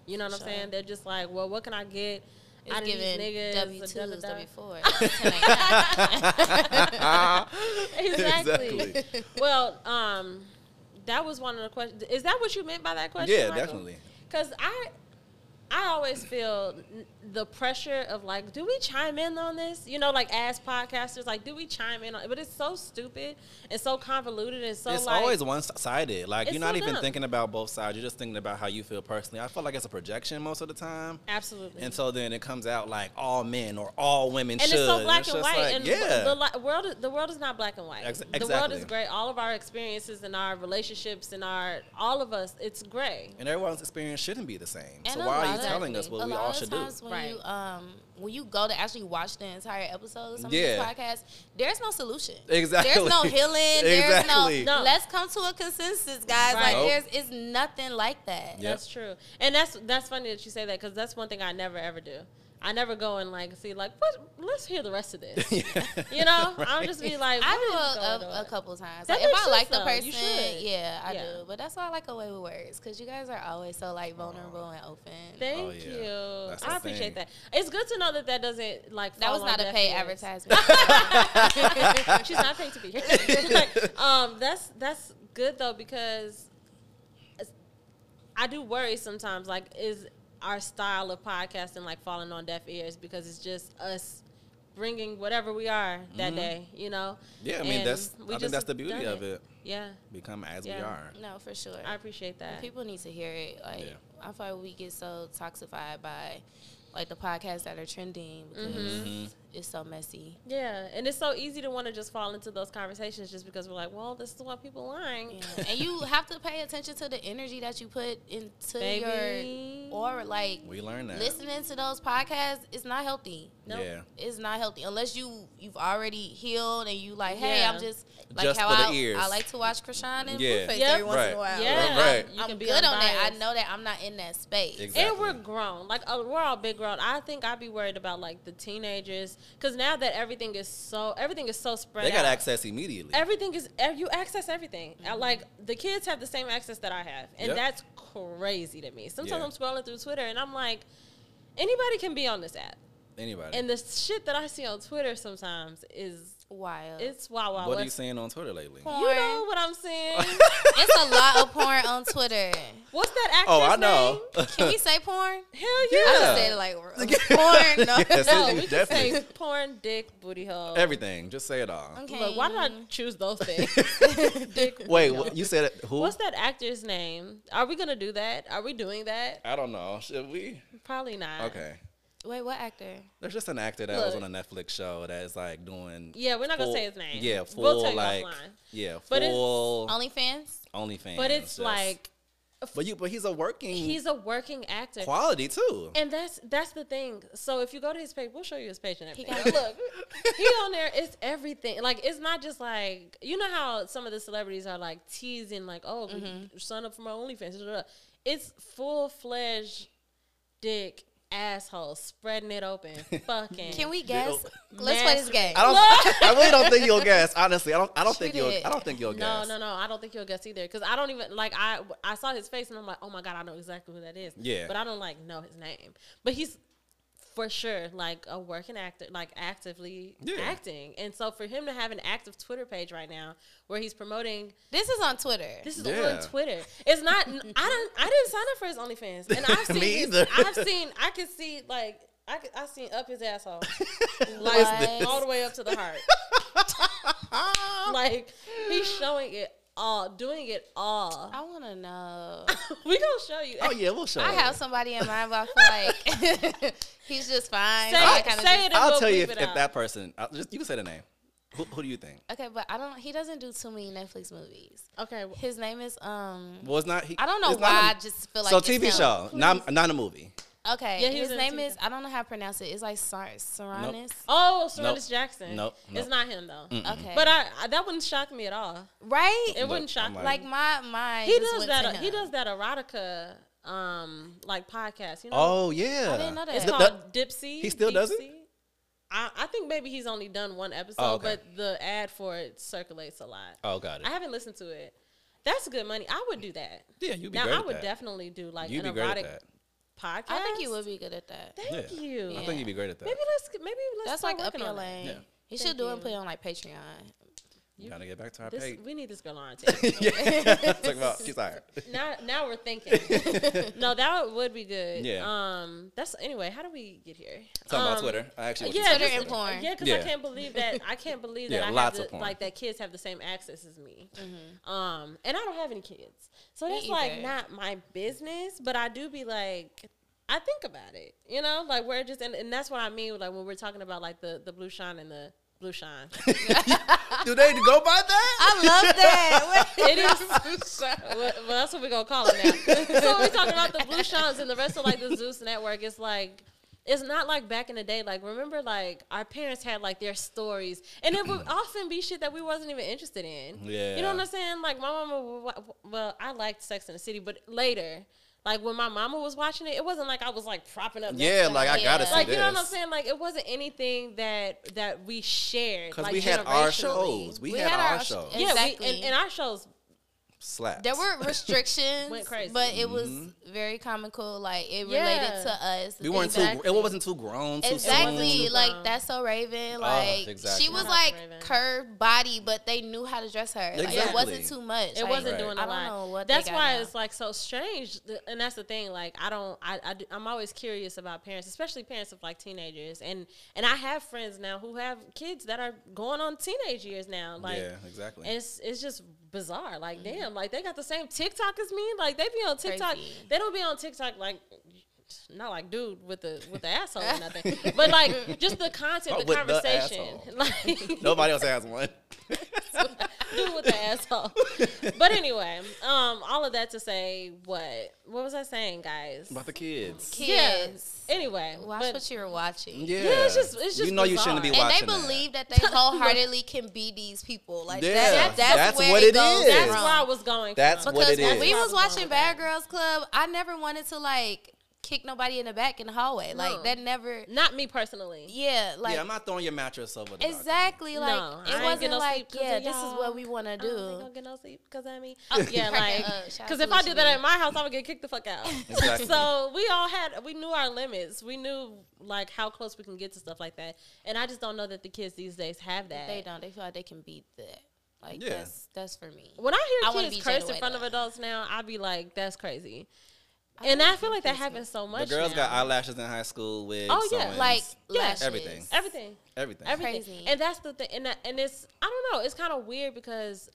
You know what For I'm sure. saying? They're just like, well, what can I get It's out of these giving niggas? W Da, da, twos, da. W fours. Exactly. exactly. well, um, that was one of the questions. Is that what you meant by that question? Yeah, definitely. Because I, I always feel n- the pressure of like, do we chime in on this? You know, like as podcasters, like, do we chime in on? But it's so stupid and so convoluted and so it's like, always one sided. Like It's you're not so even dumb. thinking about both sides. You're just thinking about how you feel personally. I feel like it's a projection most of the time. absolutely. And so then it comes out like all men or all women and should. it's so black and, just white. like, and yeah. the li- world, is- the world is not black and white. Ex- The world is exactly. gray. All of our experiences and our relationships and our all of us, it's gray. and everyone's experience shouldn't be the same. And so a why are lot you telling us what a we lot all of should do. times when Right. you um when you go to actually watch the entire episode of some Yeah. of these podcasts, there's no solution. Exactly. There's no healing. There's no, Exactly. No. Let's come to a consensus, guys. Right. Nope. Like there's it's nothing like that. Yep. That's true, and that's that's funny that you say that because that's one thing I never ever do. I never go and like see like what, let's hear the rest of this. You know, I'll just be like, I what do is a, going a, a on? couple times. That Like, if makes I like the sense, though. You person, should. yeah, I Yeah. do. But that's why I like away with words because you guys are always so like vulnerable and open. Thank Oh, yeah. you. That's the I appreciate thing. that. It's good to know that that doesn't like. that fall was on not a deaf paid ears. advertisement. She's not paid to be here. um, that's that's good though because it's- I do worry sometimes. Like, is our style of podcasting like falling on deaf ears because it's just us bringing whatever we are that Mm-hmm. day, you know? Yeah, I mean And that's we I think just that's the done beauty of it. Yeah, Become as we Yeah. are. no, for sure. I appreciate that. People need to hear it. Like Yeah. I feel like we get so toxified by like the podcasts that are trending because Mm-hmm. Mm-hmm. it's so messy. yeah, and it's so easy to want to just fall into those conversations just because we're like, well, this is why people lying. Yeah. and you have to pay attention to the energy that you put into Baby. your or like We learned that. listening to those podcasts is not healthy. No. Yeah. It's not healthy unless you you've already healed and you like, hey, Yeah. I'm just like Just how for the I ears. I like to watch Krishan and Yeah. Blueface Yep. every once in Right. a while. Yeah, Right. you I'm can be good on that. I unbiased. know that I'm not in that space. Exactly. And we're grown. Like uh, we're all big grown. I think I'd be worried about like the teenagers because now that everything is so everything is so spread. They got out. access immediately. Everything is ev- you access everything. Uh, Mm-hmm. Like the kids have the same access that I have, and Yep. that's crazy to me. Sometimes Yeah. I'm scrolling through Twitter and I'm like, anybody can be on this app. Anybody. And the shit that I see on Twitter sometimes is Wild. it's wow wow. what are you seeing on Twitter lately? Porn. Uh, You know what I'm saying? it's a lot of porn on Twitter. What's that actress Oh, I know. name? Can we say porn? Hell yeah! I just said like porn. No. Yes, no, it- we can Oh, definitely. say porn, dick, booty hole. Everything. Just say it all. Okay. Look, why did I choose those things? Dick, Wait, you know. what, you said it, who? What's that actor's name? Are we gonna do that? Are we doing that? I don't know. Should we? Probably not. Okay. Wait, what actor? There's just an actor that was Look. on a Netflix show that is like doing. Yeah, we're not gonna full- say his name. Yeah, full We'll tell you like offline. yeah, But it's- full OnlyFans? OnlyFans. But it's just- like but you, but he's a working. he's a working actor. quality too. And that's that's the thing. So if you go to his page, we'll show you his page and He everything. got But Look, he on there. It's everything. Like it's not just like you know how some of the celebrities are like teasing, like oh, Mm-hmm. sign up for my OnlyFans. blah, blah, blah. It's full fledged dick asshole spreading it open. Fucking. Can we guess? Yo. Let's play this game. I don't. I really don't think you'll guess. Honestly, I don't. I don't think Shoot you'll. it. I don't think you'll No, guess. no, no. I don't think you'll guess either. Because I don't even like I I saw his face and I'm like, oh my god, I know exactly who that is. Yeah. But I don't like know his name. But he's for sure like a working actor, like actively Yeah. acting. And so for him to have an active Twitter page right now where he's promoting This is on Twitter. this is Yeah. on Twitter. It's not. I don't. I didn't sign up for his OnlyFans, and I've seen. Me his- either. I've seen. I can see like. I could- I seen up his asshole, like What? all the way up to the heart. like he's showing it all, doing it all. I want to know. we gonna show you. Oh yeah, we'll show. I you. have somebody in mind, but I feel like he's just fine. Say all that it, kinda say juice. it. I'll we'll tell you if, bleep it if out. that person. I'll just you can say the name. Who, who do you think? Okay, but I don't. He doesn't do too many Netflix movies. Okay, w- His name is um. Well, it's not. He, I don't know it's not why. I a- just feel like so it's TV him. show, not not a movie. Okay, Yeah, he was his in a name TV is I don't know how to pronounce it. It's like Sar Saranis. Oh, Sarantis Nope. Jackson. Nope, it's nope. not him though. Okay, But I, I that wouldn't shock me at all. right, It wouldn't Look, shock I'm me. like my my. he does that. uh, He does that erotica, um, like podcast. You know. Oh yeah. I didn't know that. It's Th- called that- Dipsy. he still does it? Dipsy. I, I think maybe he's only done one episode, Oh, okay. but the ad for it circulates a lot. Oh, got it. I haven't listened to it. That's good money. I would do that. yeah, you'd be now great. I at would that. definitely do like You'd an be great at erotic that. podcast. I think he would be good at that. Thank Yeah. you. I think you'd be great at that. Maybe let's maybe let's That's start like up working your on that. lane. Yeah. He Thank should do it and you. put it on like Patreon. You gotta get back to our This, page. we need this girl on tape. yeah, talk about she's tired. now now we're thinking. no, that would be good. Yeah. Um. That's anyway. How do we get here? Talking about Um, Twitter. I actually went to Yeah, Twitter just- and porn. Yeah, because I Yeah. can't believe that I can't believe that Yeah, I lots have of the, porn. like that kids have the same access as me. Um, and I don't have any kids, so Mm-hmm. Me that's like either. not my business. But I do be like, I think about it, you know, like we're just and, and that's what I mean, like when we're talking about like the the blue shine and the Blue Shine. Do they go by that? I love that. It is. well, well, that's what we're gonna call it now. so when we talking about the Blue Shines and the rest of like the Zeus Network, it's like. It's not like back in the day. Like remember, like our parents had like their stories, and it would often be shit that we wasn't even interested in. you know Yeah. what I'm saying? Like my mama, would wa- well, I liked Sex in the City, but later, like when my mama was watching it, it wasn't like I was like propping up. that Yeah, stuff. like I gotta Yeah. see like this. you know what I'm saying? Like it wasn't anything that that we shared. Because like, we had our generationally. shows. We, had, our shows. and- Yeah, Exactly. we, and, and our shows Slaps. There were restrictions, Went crazy. but it was very comical. Like it related Yeah. to us. Mm-hmm. we weren't Exactly. too. It wasn't too grown. Too Exactly, Soon. Oh, like grown. that's so Raven. Like exactly. she was Shout out to like Raven. curved body, but they knew how to dress her. Like, It wasn't Exactly. too much. It Like, wasn't Right. doing a I don't lot. know what they that's got why now. it's like so strange, th- and that's the thing. Like I don't, I, I do- I'm always curious about parents, especially parents of like teenagers, and and I have friends now who have kids that are going on teenage years now. Like, yeah, exactly. and it's it's just bizarre. Like damn, like they got the same TikTok as me. Like they be on TikTok, Mm-hmm. Crazy. they don't be on TikTok like. Not like dude with the with the asshole or nothing, but like just the content, But the Oh, with the conversation, asshole. like Nobody else has one. do with the asshole. But anyway, um, all of that to say, what what was I saying, guys? About the kids. kids. Yeah. Anyway, Watch but- what you're watching. Yeah. Yeah, it's just- it's just you know you shouldn't be bizarre. And watching. they believe that they wholeheartedly can be these people. Like Yeah, that, that's, that's where what it, it goes is. that's wrong. where I was going. That's from. what because it when is. we was Problem watching with Bad that. Girls Club, I never wanted to like kick nobody in the back in the hallway. No. Like that never. not me personally. Yeah, like yeah, I'm not throwing your mattress over. The exactly. Like No, I it ain't wasn't getting no like sleep 'cause yeah, of this is y'all. what we want to I ain't do. gonna get no sleep because I mean, yeah, cracking like, up. Shout out because to if I did that Lucia. at my house, I would get kicked the fuck out. Exactly. so we all had, we knew our limits. We knew like how close we can get to stuff like that. And I just don't know that the kids these days have that. They don't. They feel like they can beat that. Like Yeah. that's that's for me. When I I hear wanna kids be Jada curse in White front of though. adults now, I be like, that's crazy. and I feel like that happens so much. The girls now. got eyelashes in high school with. Oh, yeah, Like Yeah. lashes. Everything. everything, everything. everything, Crazy. and that's the thing. And that, and it's I don't know. It's kind of weird because,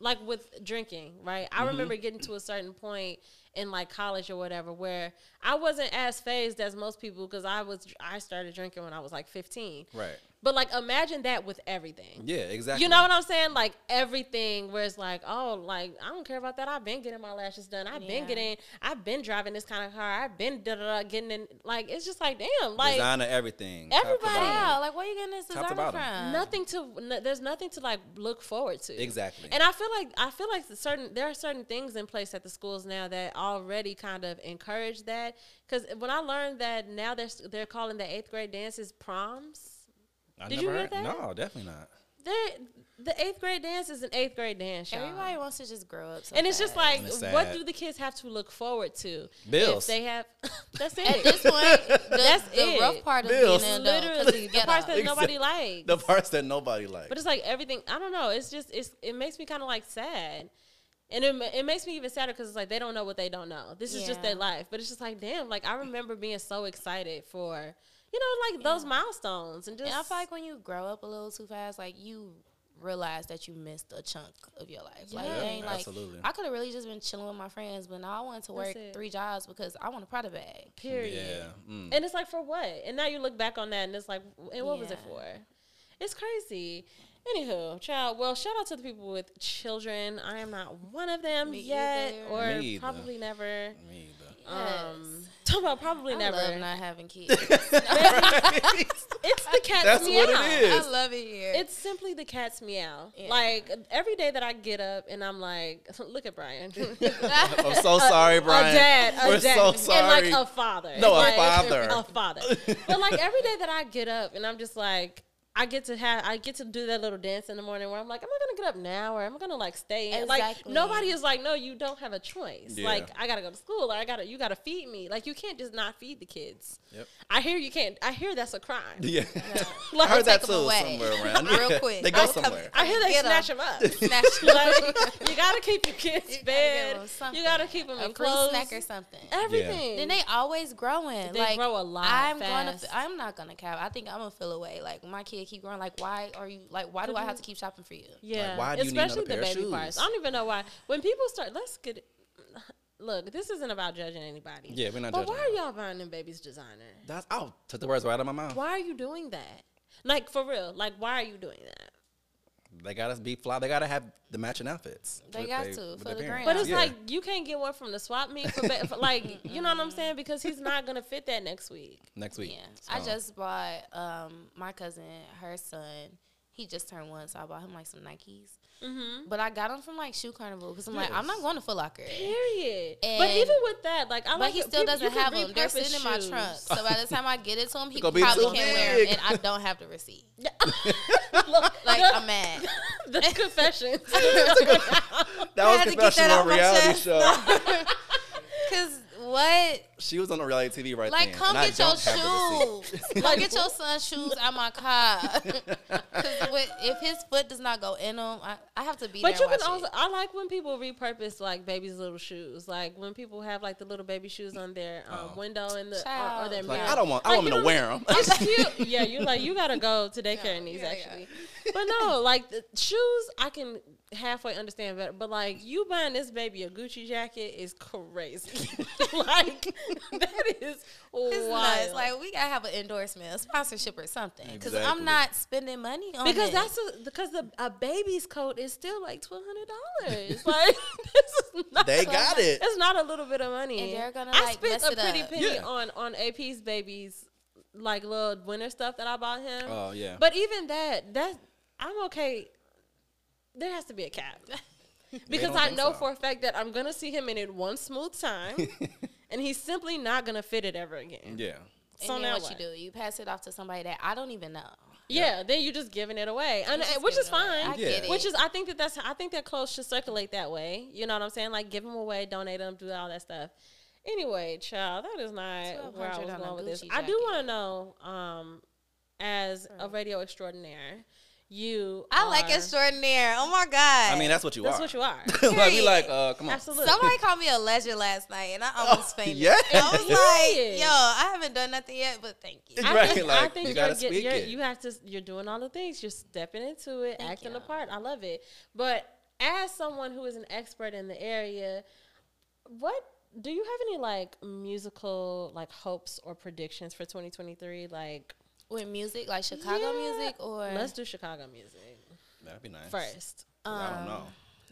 like with drinking, right? Mm-hmm. I remember getting to a certain point in like college or whatever where I wasn't as phased as most people because I was I started drinking when I was like fifteen. Right. But like imagine that with everything. Yeah, exactly. You know what I'm saying? Like everything where it's like, oh, like I don't care about that. I've been getting my lashes done. I've been Yeah. getting I've been driving this kind of car. I've been da da da getting in like it's just like damn, like Designer everything. Everybody Wow, Top like where you getting this Top design to from? bottom. nothing to no, there's nothing to like look forward to. Um, Exactly. And I feel like I feel like the certain there are certain things in place at the schools now that already kind of encourage that cuz when I learned that now they're s- they're calling the 8th grade dances proms. to bottom. I Did never you hear heard, that? No, definitely not. They the 8th grade dance is an 8th grade dance. y'all. Everybody wants to just grow up. so and it's just fast. like, And it's what sad. do the kids have to look forward to? Bills. If they have, that's At it. this point, the, That's the it. rough part of Bills. being an adult 'cause Literally, you the get parts up. that nobody likes. The parts that nobody likes. but it's like everything. I don't know. It's just it's it makes me kind of like sad, and it ma- it makes me even sadder because it's like they don't know what they don't know. This is just Yeah. their life. But it's just like damn. Like I remember being so excited for you know like those milestones and just And I feel like when you grow up a little too fast, like you realize that you missed a chunk of your life. Like, Yeah. it ain't like Absolutely. I could have really just been chilling with my friends, but now I wanted to work it. three jobs because I want a Prada bag. period. yeah. Mm. And it's like for what? And now you look back on that and it's like, w- and what was it Yeah. for? It's crazy. Anywho, child. Well, shout out to the people with children. I am not one of them Me yet, either. or Me either. probably never. Me either. Um, talk about probably I never. love not having kids. It's the cat's That's meow. what it is. I love it here. It's simply the cat's meow. Yeah. Like every day that I get up and I'm like, look at Brian, I'm so sorry, Brian. a dad, a We're dad, so sorry. and like a father. No, a Like, father. a father. But like every day that I get up and I'm just like, I get to have, I get to do that little dance in the morning where I'm like, am I gonna get up now or am I gonna like stay in? Like Exactly. nobody is like, no, you don't have a choice. Yeah. Like I gotta go to school. Or I gotta, you gotta feed me. Like you can't just not feed the kids. Yep. I hear you can't. I hear that's a crime. Yeah. I Like, heard that take 'em too away. somewhere around. Real Yeah. quick. They go I'm coming. somewhere. I hear they Get 'em. snatch them up. Snatch- like you gotta keep your kids gotta give fed. 'em something. You gotta keep them a in free clothes. snack or something. Everything. Then they always growing. They like grow a lot I'm fast. gonna. I'm not gonna cap. I think I'm gonna feel away. Like when my kid keep growing. Like why are you? Like why do I have to keep shopping for you? Yeah. why do you need another Especially pair the of baby shoes? parts. I don't even know why. When people start, let's get it. Look, this isn't about judging anybody. Yeah, we're not But judging why are y'all buying them babies designer? That's, I took the words right out of my mouth. Why are you doing that? Like for real. Like why are you doing that? They gotta be fly. They gotta have the matching outfits. They with got they- to, with for their the parents. gram. But it's Yeah. like you can't get one from the swap meet for, ba- for like you know what I'm saying because he's not gonna fit that next week. next week. Yeah. It's I gone. just bought um my cousin, her son. He just turned one, so I bought him like some Nikes. Mm-hmm. But I got them from like Shoe Carnival because I'm like, I'm not going to Foot Locker. Period. but And- even with that, like I But like he it. still People- you doesn't can have them. They're repurpose sitting in my shoes. trunk. So by the time I get it to him, he gonna be probably too can't wear big. them, and I don't have the receipt. Like I'm mad. the confession. that was had to get that confessional off my reality chest. show. Cause what? she was on a reality TV right Like, then. come and I get your don't have the receipt. shoes. Come get your son's shoes out my car. Cause with, if his foot does not go in them, I, I have to be but there. you can and watch also. it. I like when people repurpose like baby's little shoes. Like when people have like the little baby shoes on their um, Oh. window in the or, or Child. their Like mirror. I don't want. I Like, want you them to don't- wear them. It's cute. Yeah, you're like you gotta go to daycare in these yeah, yeah. actually. But no, like the shoes, I can halfway understand better. But like you buying this baby a Gucci jacket is crazy. like that is It's wild. nuts. Like we gotta have an endorsement, a sponsorship, or something. Because Exactly. I'm not spending money on because it. that's a, because the, a baby's coat is still like twelve hundred dollars. like this is not They got it. It's not a little bit of money. And they're gonna, I like, spent mess a it pretty up. penny Yeah. on on AP's baby's like little winter stuff that I bought him. Oh yeah. But even that, that I'm okay. There has to be a cap because don't I think know so. for a fact that I'm gonna see him in it one smooth time, and he's simply not gonna fit it ever again. yeah. and So then now what, what? you do? You pass it off to somebody that I don't even know. Yeah, then you're just giving it away, and, uh, You just which give is it away. fine. I Yeah. get it. Which is, I think that that's, I think that clothes should circulate that way. You know what I'm saying? Like give them away, donate them, do all that stuff. Anyway, child, that is not where I was $1,200 going with this. Gucci I do jacket. want to know, um, as a radio extraordinaire, you. I like are- extraordinaire. Oh my god. I mean, that's what you That's are. what you are. like you Period. like. Uh, come on. Absolutely. Somebody called me a legend last night, and I almost fainted. yeah. And I was Period. like, yo, I haven't done nothing yet, but thank you. I Right, think, I like, think you you gotta are get, speak you're, it. you have to. You're doing all the things. You're stepping into it, Thank acting you. the part. I love it. But as someone who is an expert in the area, what do you have any like musical like hopes or predictions for 2023? Like, With music, like Chicago Yeah. music, or let's do Chicago music That'd be nice. first. 'Cause I don't Um, know.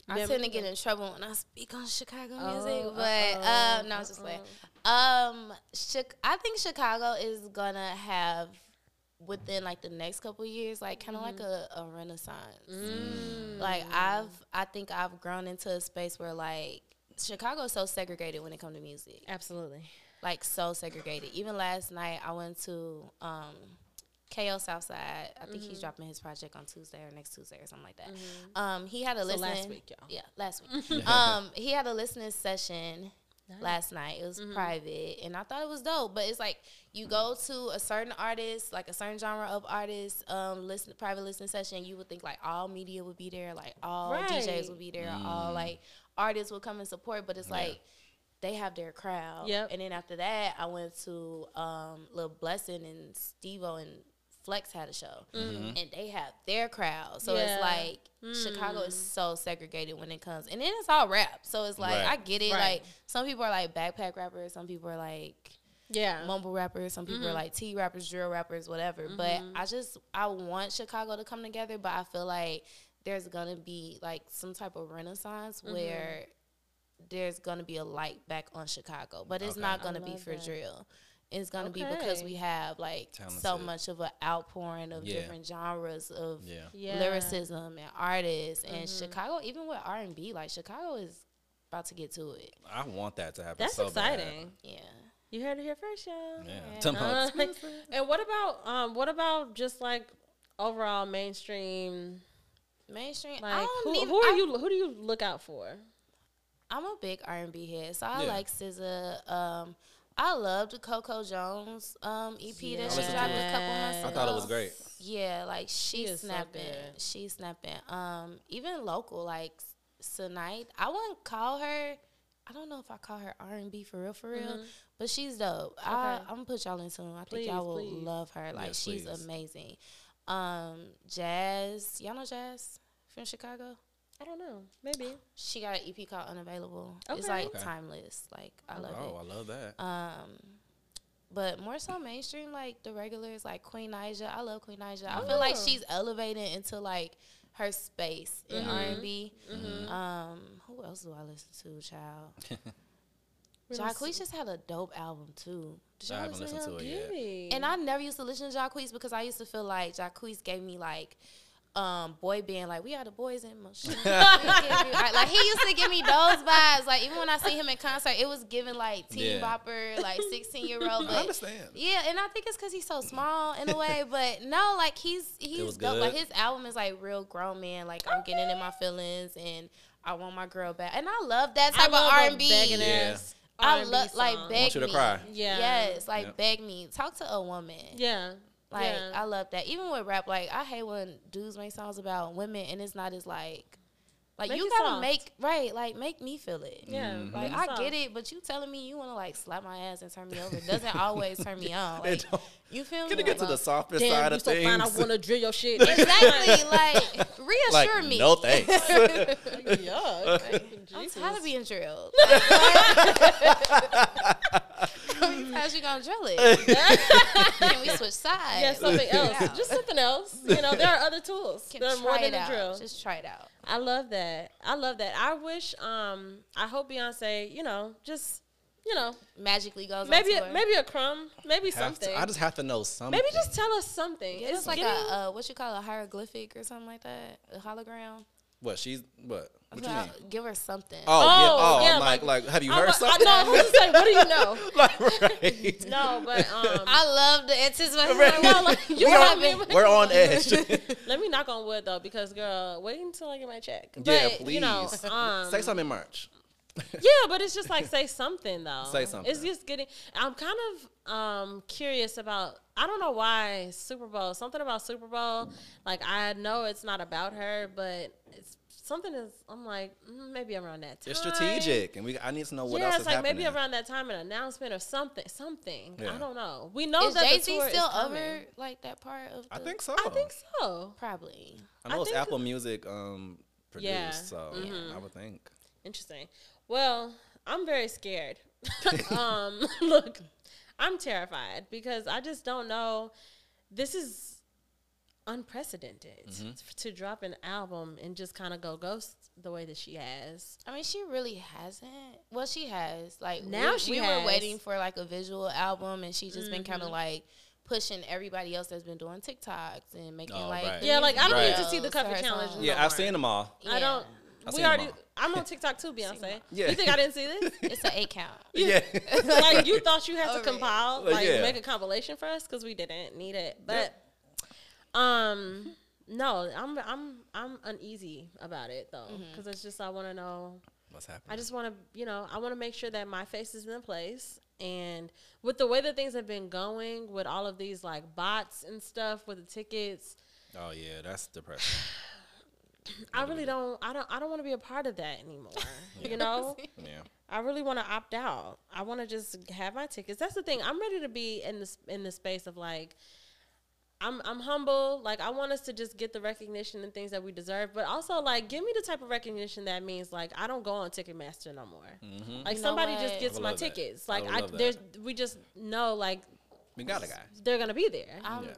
I Yeah, tend we to get can- in trouble when I speak on Chicago Oh, music, but uh-oh, um, no, I was just uh-oh. playing. Um, Chi- I think Chicago is gonna have within like the next couple years, like kind of like Mm-hmm. a, a renaissance. Mm. Like I've, I think I've grown into a space where like Chicago is so segregated when it comes to music, Absolutely. like so segregated. Even last night, I went to um, KO Southside. I think Mm-hmm. he's dropping his project on Tuesday or next Tuesday or something like that. Um, he had a So listen last week, y'all. Yeah, last week. um, he had a listening session last night. It was Mm-hmm. private, and I thought it was dope. But it's like you go to a certain artist, like a certain genre of artist, um, listen private listening session. You would think like all media would be there, like all Right. DJs would be there, all like artists would come and support. But it's like they have their crowd. Yep. And then after that, I went to um, Lil Blessing and Stevo and Flex had a show, Um, Mm-hmm. mm. and they have their crowd. So Yeah. Mm. it's like Chicago is so segregated when it comes, and then it's all rap. So it's like Right. I get it. Right. Like some people are like backpack rappers, some people are like Yeah. mumble rappers, some people are like T rappers, drill rappers, whatever. But I just I want Chicago to come together, but I feel like there's gonna be like some type of renaissance where there's gonna be a light back on Chicago, but it's Okay. not gonna be love for that. drill. It's gonna be because Okay. we have like so Talented. much of an outpouring of Yeah. different genres of Yeah. Yeah. lyricism and artists, and Chicago, even with R and B, like Chicago is about to get to it. I want that to happen. That's so bad. exciting. Yeah. You heard it here first, y'all. Yeah. Yeah. Tim Uh, Hugs. and what about um what about just like overall mainstream Mainstream. I like don't who, even- who are I- you who do you look out for? I'm a big R and B head, so I Yeah. like SZA. Um, I loved Coco Jones um, EP that listened she to dropped it. a couple months Yes. ago. I thought it was great. Yeah, like She she's is so snapping. good. she's snapping. Um, even local like tonight, I wouldn't call her. I don't know if I call her R and B for real, for real, but she's dope. I, Mm-hmm. Okay. I'm gonna put y'all in tune. I Please, think y'all will please. love her. Like Yes, she's please. amazing. Um, Jazz, y'all know Jazz from Chicago. I don't know. Maybe. She got an EP called Unavailable. Okay. It's like Okay. timeless. Like I love Oh, I love that. it. Um, But more so mainstream, like the regulars, like Queen Naija. I love Queen Naija. I feel like Oh. she's elevating into like her space in Mhm. R and B. Mm-hmm. Um, who else do I listen to, child? Jacquees just had a dope album too. Did I y'all haven't listen to him? listened to it yet. And I never used to listen to Jacquees because I used to feel like Jacquees gave me like um boy band like we are the boys in motion. He give me- like, like, he used to give me those vibes. Like even when I see him in concert, it was giving like teen Yeah. bopper, like sixteen year old. I But understand. yeah, and I think it's because he's so small in a way. But no, like he's he's was dope. Like good. his album is like real grown man. Like I'm getting in my feelings and I want my girl back. And I love that type love a of R and B. begging Yeah. ass I R&B love like song. beg Want you to me. cry. Yeah. Yes, like Yep. beg me. Talk to a woman. Yeah. Like yeah. I love that. Even with rap, like I hate when dudes make songs about women and it's not as like like Make you it gotta soft. make right, like make me feel it. Yeah, Mhm. Like make I it get soft. it, but you telling me you wanna like slap my ass and turn me over doesn't always turn me on. They Like, don't- you feel Can me? it get to Like, the softer side Damn, you of so things? fine. I want to drill your shit. Exactly. like reassure like, me. no thanks. Yuck. I'm Jesus. tired of being drilled. Like, how many times you gonna drill it? Can we switch sides? Yeah, something else. Yeah. Just something else. You know, there are other tools. Can There are more try than it a out. drill. Just try it out. I love that. I love that. I wish. Um, I hope Beyonce. You know, just you know, Magically goes. maybe on tour. maybe a crumb, maybe Have to- something. I just have to know something. maybe just tell us something. Yeah, it's it's like getting- a uh, what you call a hieroglyphic or something like that, a hologram. what she's what? What you Well, mean? Give her something. Oh, Oh, yeah. Oh, yeah, like, like, have you I'm heard like, something? I know. Who's to say? What do you know? like, right. No, but um, I love the anticipation. Like, wow, like, you We're have on- me. We're on edge. let me knock on wood though, because girl, wait until I get my check. But, yeah, please. You know, um, Say something in March. Yeah, but it's just like say something though. Say something. It's just getting. I'm kind of um, curious about. I don't know why Super Bowl. Something about Super Bowl. Like I know it's not about her, but it's something is. I'm like mm, maybe around that time. It's strategic, and we. I need to know what yeah, else it's is like happening. maybe around that time an announcement or something. Something. Yeah. I don't know. We know Is that Jay the Z tour still is coming. over like that part of? The, I think so. I think so. probably. I know it's I Mm-hmm. think- Apple Music um produced, Yeah. so I would think. Interesting. Well, I'm very scared. um, look, I'm terrified because I just don't know. This is unprecedented Mm-hmm. to drop an album and just kind of go ghost the way that she has. I mean, she really hasn't. Well, she has. Like Now we, she we has. Mm-hmm. were waiting for like a visual album, and she just been kind of like pushing everybody else that's been doing TikToks and making Oh, like right. the Yeah, like, I music don't need to videos see the cover to her challenge. songs. Yeah, Yeah, I've I've more. seen seen them all. I don't. I've we seen 'em already. all. I'm on TikTok too, Beyonce. Yeah. You think I didn't see this? It's an A count. Yeah. like you thought you had Over to it. compile, Like, like yeah. make a compilation for us because we didn't need it. But um, no, I'm I'm I'm uneasy about it though because it's just I want to know. What's happening? I just want to you know I want to make sure that my face is in place. And with the way that things have been going, with all of these like bots and stuff with the tickets, oh yeah, that's depressing. I Mm-hmm. really don't, I don't, I don't want to be a part of that anymore. You know, Yeah. I really want to opt out. I want to just have my tickets. That's the thing. I'm ready to be in this in the space of like, I'm I'm humble. Like I want us to just get the recognition and things that we deserve, but also like give me the type of recognition that means like I don't go on Ticketmaster no more. Like You know somebody what? just gets would my love that. tickets. Mm-hmm. I Like would I, love that. there's we just know like We got a guy. they're gonna be there. I'm, uh, Yeah.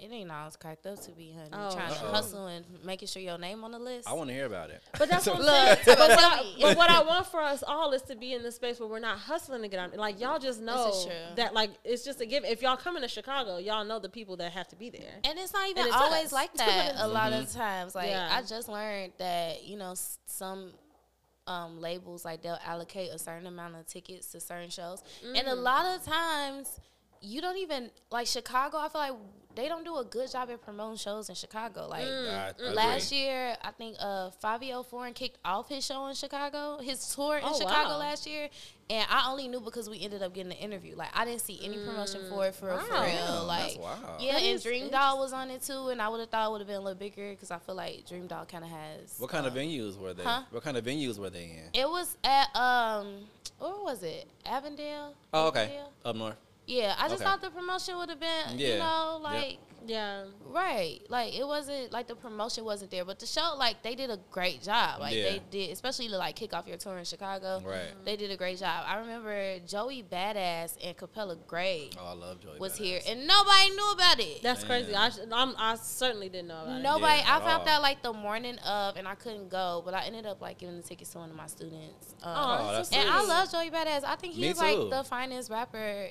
It ain't always cracked up to be, honey. Oh. Trying to Uh-oh. hustle and making sure your name on the list. I want to hear about it. But that's what I'm saying. Look, but But what, tell I, me. but what I want for us all is to be in the space where we're not hustling to get on. Like y'all just know is true. that like it's just a given. If y'all coming to Chicago, y'all know the people that have to be there. And it's not even And it's always us. like that. a lot of times, like Mm-hmm. Yeah. I just learned that you know s- some um, labels like they'll allocate a certain amount of tickets to certain shows, and a Mm. lot of times you don't even like Chicago. I feel like they don't do a good job at promoting shows in Chicago. Like Mm. I- I last agree. year, I think uh, Fabio Foreign kicked off his show in Chicago, his tour in Oh, Chicago wow. last year, and I only knew because we ended up getting an interview. Like I didn't see any promotion for it for, for Wow. real. Damn, like Mm, that's wild. yeah, That and is Dream Doll was on it too, and I would have thought it would have been a little bigger because I feel like Dream Doll kind of has. What kind uh, of venues were they? huh? What kind of venues were they in? It was at um, where was it? Avondale. Oh, okay. Avondale? Up north. Yeah, I just Okay. thought the promotion would have been, you Yeah. know, Yep. like Yeah. Right. Like it wasn't like the promotion wasn't there, but the show like they did a great job. Like Yeah. they did, especially to like kick off your tour in Oh. Chicago. Right. They did a great job. I remember Joey Badass and Capella Gray Oh, I love Joey. was Badass. here, and nobody knew about it. That's crazy. I, Man. sh- I'm, I certainly didn't know about it. Nobody. Yeah, I at found all. out like the morning of, and I couldn't go, but I ended up like giving the tickets to one of my students. Um, Oh, that's that's so nice. and I sweet. love Joey Badass. I think Me he's like too. the finest rapper.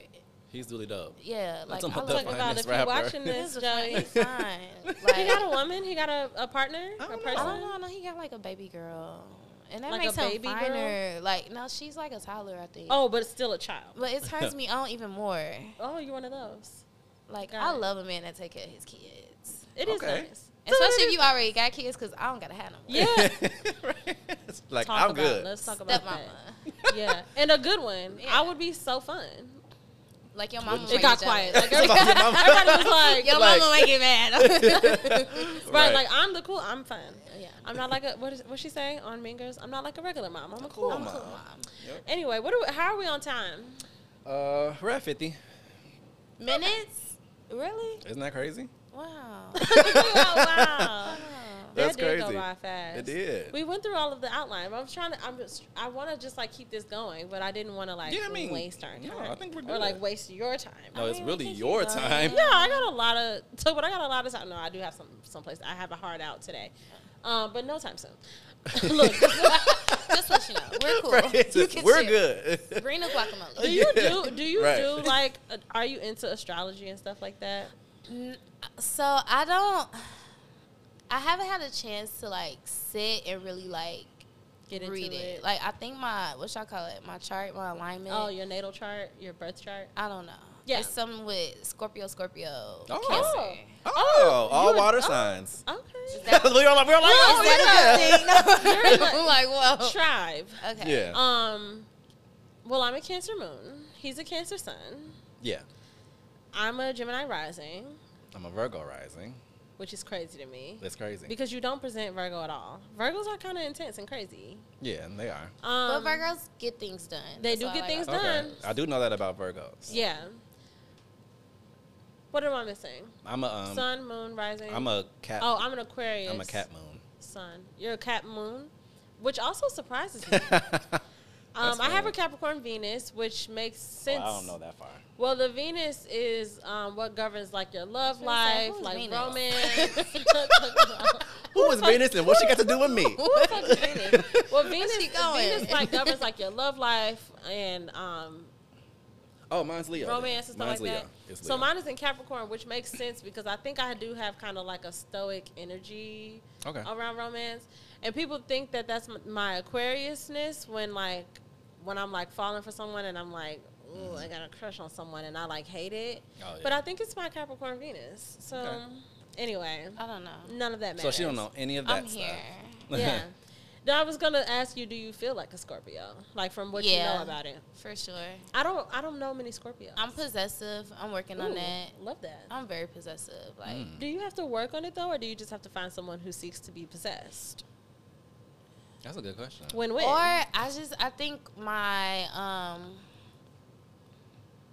He's really dope. Yeah, like talking I about love the Talk about finest if you're rapper. watching this, He's a Joey. funny sign. he Like, got a woman. He got a, a partner. I a don't know. person. I don't know. I know he got like a baby girl, and that Like makes a him baby girl? finer. Like no, she's like a toddler, I think. Oh, but it's still a child. but it turns me on even more. Oh, you're one of those. Like Got I it. love a man that take care of his kids, It is Okay. nice. especially if you already got kids, because I don't gotta have no more. Yeah. Right? It's like Talk I'm about, good. Let's talk about stepmama. that. yeah, and a good one. Yeah. I would be so fun. Like your mama. It might It got get quiet. jealous. Like everybody, everybody was like, Your Like- mama might get mad. right, Like I'm the cool. I'm fun. yeah. I'm not like a what is what she say on Mean Girls? I'm not like a regular mom. I'm a cool cool, mom. mom. Cool, mom. Anyway, what? Are we, how are we on time? Uh, we're at 50. Minutes? Really? Isn't that crazy? Wow. oh wow. Wow. That's that did crazy. go by fast. It did. We went through all of the outline. but I'm trying to. I'm just. I want to just like keep this going, but I didn't want to like Yeah, I mean, waste our time. no, I think we're Or good. like waste your time. no, it's mean, we really can keep your going. time. Yeah, I got a lot of. So, but I got a lot of time. No, I do have some someplace. I have a hard out today, um, but no time soon. Look, Just let you know. We're cool. Right? It's You just- can we're chill. good. Bring the guacamole. do you Yeah. do do you Right. do like? uh, Are you into astrology and stuff like that? N- So I don't. I haven't had a chance to like sit and really like Get into read it. it. Like I think my what y'all call it, my chart, my alignment. Oh, your natal chart, your birth chart. I don't know. Yeah. It's something with Scorpio, Scorpio, Oh. Cancer. Oh, Oh, all you're- water oh. signs. Okay. Is that, we all like, we all like, Oh, oh, is that a good thing? You're No. I'm like like, whoa. tribe. Okay. yeah. Yeah. Um, well, I'm a Cancer Moon. He's a Cancer Sun. yeah. I'm a Gemini Rising, I'm a Virgo rising. which is crazy to me That's crazy. because you don't present Virgo at all. Virgos are kind of intense and crazy. yeah, and they are. Um, but Virgos get things done. they That's do all I get like things about Okay. done. I do know that about Virgos. Yeah. What am I missing? I'm a um, Sun, moon, rising. I'm a cat. oh, I'm an Aquarius. I'm a cat moon. Sun. You're a cat moon, which also surprises me. um, That's I have funny. a Capricorn Venus, which makes sense. I don't know that far. Well, the Venus is um, what governs like your love was life, like, who's like Venus? romance. Who is Venus and what she got to do with me? Who the fuck is Venus? Well, Venus, she going? Venus like governs like your love life and um, Oh, mine's Leo. then. romance and stuff mine's like Leo. that. It's Leo. So mine is in Capricorn, which makes sense because I think I do have kind of like a stoic energy Okay. around romance, and people think that that's m- my Aquariusness when like when I'm like falling for someone and I'm like, ooh, I got a crush on someone and I like hate it, Mm-hmm. Oh, yeah. but I think it's my Capricorn Venus. So Okay. anyway, I don't know. none of that so matters. she don't know any of that I'm stuff. here. Yeah. Now I was gonna ask you, do you feel like a Scorpio? Like from what you know Yeah. about it. For sure. I don't. I don't know many Scorpios. I'm possessive. I'm working on Ooh, that. Love that. I'm very possessive. Like Mm. Hmm. Do you have to work on it though, or do you just have to find someone who seeks to be possessed? That's a good question. Win win. Or I just I think my um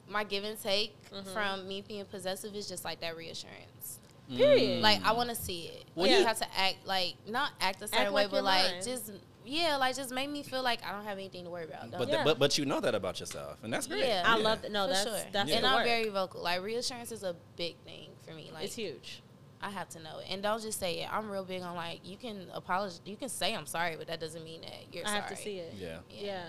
my give and take Mm-hmm. from me being possessive is just like that reassurance. Hmm. period. Like I want to see it. Well, Well, you yeah. have to act like not act the same Act way, like you're but like mine. just yeah, like just make me feel like I don't have anything to worry about. But, Yeah. the, but but you know that about yourself, and that's great. Yeah. I love that. No, For that's sure. that's Yeah. and the I'm work. very vocal. Like reassurance is a big thing for me. Like it's huge. I have to know it, and don't just say it. I'm real big on like you can apologize, you can say I'm sorry, but that doesn't mean that you're I sorry. have to see it. Yeah. Yeah.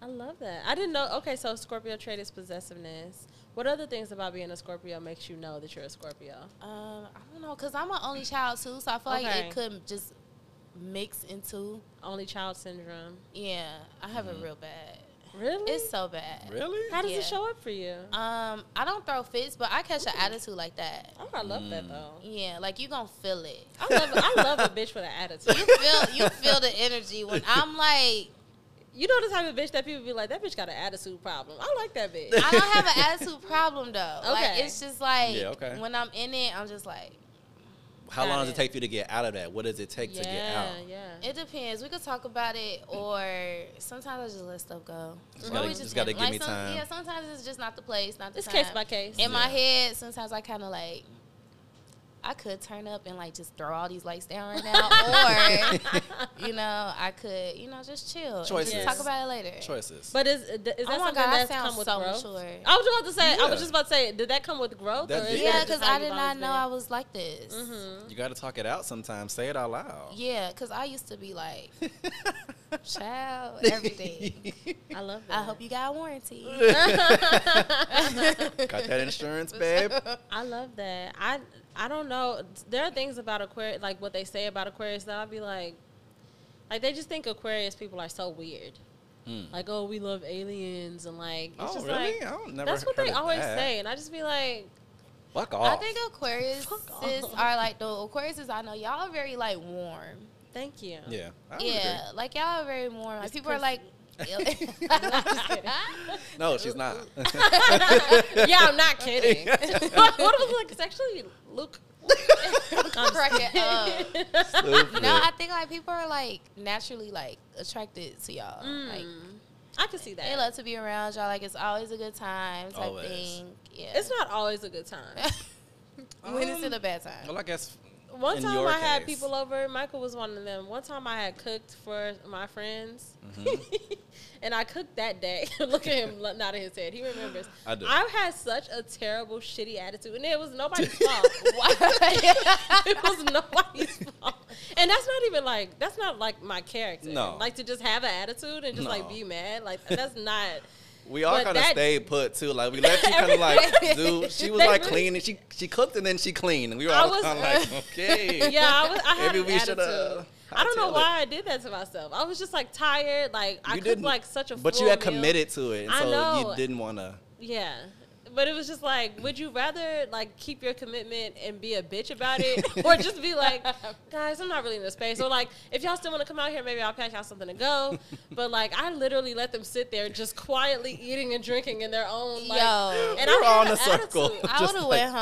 I love that. I didn't know. Okay, so Scorpio trait is possessiveness. What other things about being a Scorpio makes you know that you're a Scorpio? Um, I don't know, cause I'm an only child too, so I feel like Okay. it could just mix into. Only child syndrome. Yeah, I have it real bad. Really? It's so bad. Mm-hmm. Really? How does yeah. it show up for you? Um, I don't throw fits, but I catch an attitude like that. Oh, I love Mm. that though. Yeah, like you gonna feel it. I love I love a bitch with an attitude. You feel you feel the energy when I'm like You know the type of bitch that people be like, that bitch got an attitude problem. I like that bitch. I don't have an attitude problem though. Like Okay. it's just like Yeah, okay. when I'm in it, I'm just like How Got long does it. it take for you to get out of that? What does it take yeah, to get out? yeah. It depends. We could talk about it, or sometimes I just let stuff go. Just Or gotta- we just gotta give like me some- time. Yeah, sometimes it's just not the place, not the It's time. case by case. In my Yeah. head, sometimes I kind of like I could turn up and like just throw all these lights down right now, or you know, I could you know just chill. Choices. Choices. Just talk about it later. Choices. But is is that Oh my something God, I that's sound come with so growth? mature. I was about to say. I Yeah. was just about to say. Did that come with growth? That or did. is yeah, that because just how I you've did always not know been? Mm-hmm. I was like this. you got to talk it out sometimes. Say it out loud. Yeah, because I used to be like, child, everything. I love that. I hope you got a warranty. Got that insurance, babe? I love that. I I don't know. There are things about Aquarius, like what they say about Aquarius, that I'll be like, like they just think Aquarius people are so weird. Mm. Like, oh, we love aliens, and like, it's oh, just really? like I don't never that's what heard they of always that. say, and I just be like, Fuck I off. think Aquarius Fuck off. are like the Aquariuses I know. Y'all are very like warm. thank you. yeah. I would Yeah, like y'all are very warm. Like, It's people are like, agree. No, she's not. yeah, I'm not kidding. what if it's like? It's actually Luke. I'm Crack it up. Stupid. no, I think like people are like naturally like attracted to y'all. Like Mm. I can see that. they love to be around y'all. Like it's always a good time type Always. thing. Yeah, it's not always a good time. when it's Um, in a bad time. well, I guess One In time your I had case. people over. Michael was one of them. One time I had cooked for my friends, Mm-hmm. and I cooked that day. Look at him lo- nodding his head. He remembers. I do. I had such a terrible, shitty attitude, and it was nobody's fault. it was nobody's fault, and that's not even like that's not like my character. No. like to just have an attitude and just like No. be mad. Like that's not. we all But kind of that- stayed put too. Like we left you kind of like, dude. She was They like really- cleaning. She she cooked and then she cleaned, and we were I all was- kind of like, okay. yeah, I, was, I had Maybe an we should, attitude. uh, I don't know hightail it. why I did that to myself. I was just like tired. Like I You cooked didn't, like such a. but you full had meal. committed to it, and I so know. you didn't want to. Yeah, but it was just like, would you rather like keep your commitment and be a bitch about it, or just be like, guys, I'm not really in the space. Or like, if y'all still want to come out here, maybe I'll pack y'all something to go. But like, I literally let them sit there just quietly eating and drinking in their own. Like, Yo. and We were I all in had an a circle. attitude. I Just would have like- went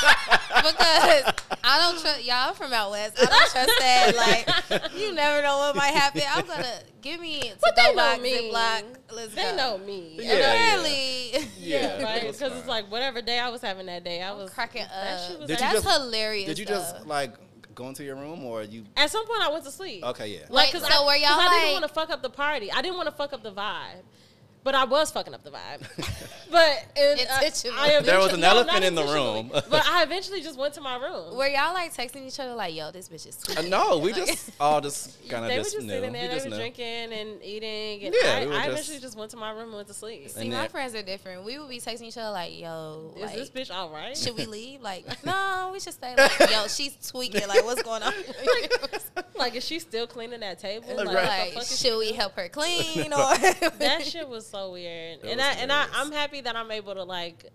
home because I don't trust y'all from out west. I don't trust that. Like you never know what might happen. I'm gonna give me to But they go know block, me. zip block. Let's They go. know me. Yeah, yeah. Apparently, Yeah, right. it was Because it's fine. like whatever day I was having that day, I I'm was cracking up. That shit was Did you That's just- hilarious. Did you just though. like go into your room, or you? At some point, I went to sleep. Okay, yeah. Like, so were y'all I didn't like- want to fuck up the party. I didn't want to fuck up the vibe, but I was fucking up the vibe. but and, uh, Intentionally. I There was eventually- an no, elephant not in the intentionally, room. but I eventually just went to my room. Were y'all like texting each other like, "Yo, this bitch is sweet"? Uh, no, we just all just kind of they just were just knew. sitting there, we they just were knew. drinking and eating, and Yeah, I, we were I just- eventually just went to my room and went to sleep. See, And my that- friends are different. We would be texting each other like, "Yo, Is like, this bitch all right? should we leave?" Like, no, we should stay. Like, Yo, she's tweaking. Like, what's going on? like, is she still cleaning that table? Right. Like, what like, the fuck is she should we help her clean or that shit was so weird. That and was I and I, hilarious. I'm happy that I'm able to like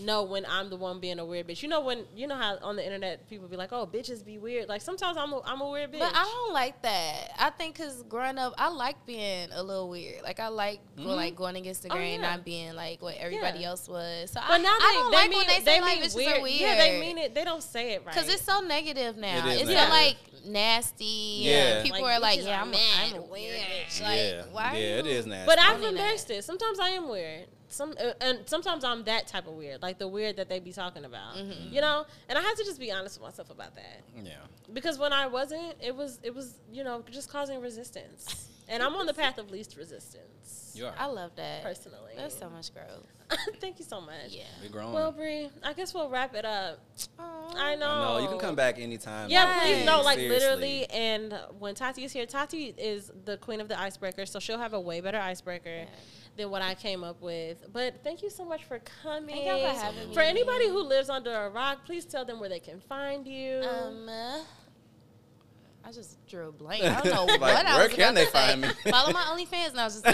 know when I'm the one being a weird bitch. You know when you know how on the internet people be like, "Oh, bitches be weird." Like sometimes I'm a, I'm a weird bitch. But I don't like that. I think because growing up, I like being a little weird. Like I like go, Mhm. like going against the Oh, grain, yeah. not being like what everybody Yeah. else was. So I, but now I they, don't they like mean when they they say like mean bitches weird. are weird. Yeah, they mean it. They don't say it right. Because it's so negative now. It is It's negative. so like nasty. Yeah. Yeah. People Like, are like, bitches yeah, are I'm, mad I'm a weird bitch. Like, Yeah, why? are yeah, it you- is nasty. but I've funny that- embraced it. Sometimes I am weird. Some uh, and sometimes I'm that type of weird, like the weird that they be talking about, Mm-hmm. you know. And I have to just be honest with myself about that. yeah, because when I wasn't, it was it was you know just causing resistance, and I'm on the path of least resistance you are. I love that. personally. That's so much growth. Thank you so much. Yeah. We're grown. Well, Bree, I guess we'll wrap it up. I I know. know. You can come back anytime. Yeah, please. No, like Seriously. literally. And when Tati is here, Tati is the queen of the icebreaker, so she'll have a way better icebreaker than what I came up with. But thank you so much for coming. Thank y'all for having For me. anybody who lives under a rock, please tell them where they can find you. Um, uh, I just drew a blank. I don't know Like, what I where was can about they to find say. me? Follow my OnlyFans. No, I was just uh,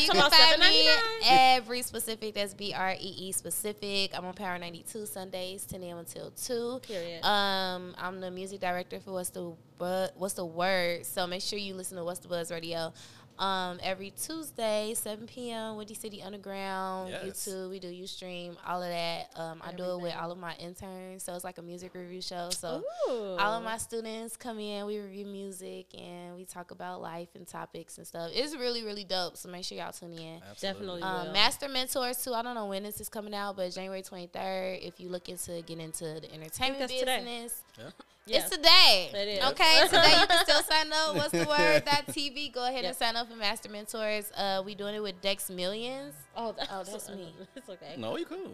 you Talking can about find me $7.99? at Bree Specific. That's B R E E Specific. I'm on Power 92 Sundays, 10 a.m. until 2. Period. Um, I'm the music director for What's the Bu- What's the Word. So make sure you listen to What's the Buzz Radio. Um, every Tuesday, 7 p.m. Windy City Underground, Yes. YouTube, we do Ustream, all of that. Um, I do it with Everything. all of my interns, so it's like a music review show. So Ooh. all of my students come in, we review music, and we talk about life and topics and stuff. It's really, really dope. So make sure y'all tune in. Absolutely. Definitely. Um, will. Master Mentors too. I don't know when this is coming out, but January 23rd. If you looking to get into the entertainment that's today. business, Yeah. Yeah. it's today. It is. Okay, today you can still sign up. What's the word? That TV. Go ahead and sign up for Master Mentors. Uh, we doing it with Dex Millions. oh, that's, Oh, that's me. it's okay. No, you Uh, cool.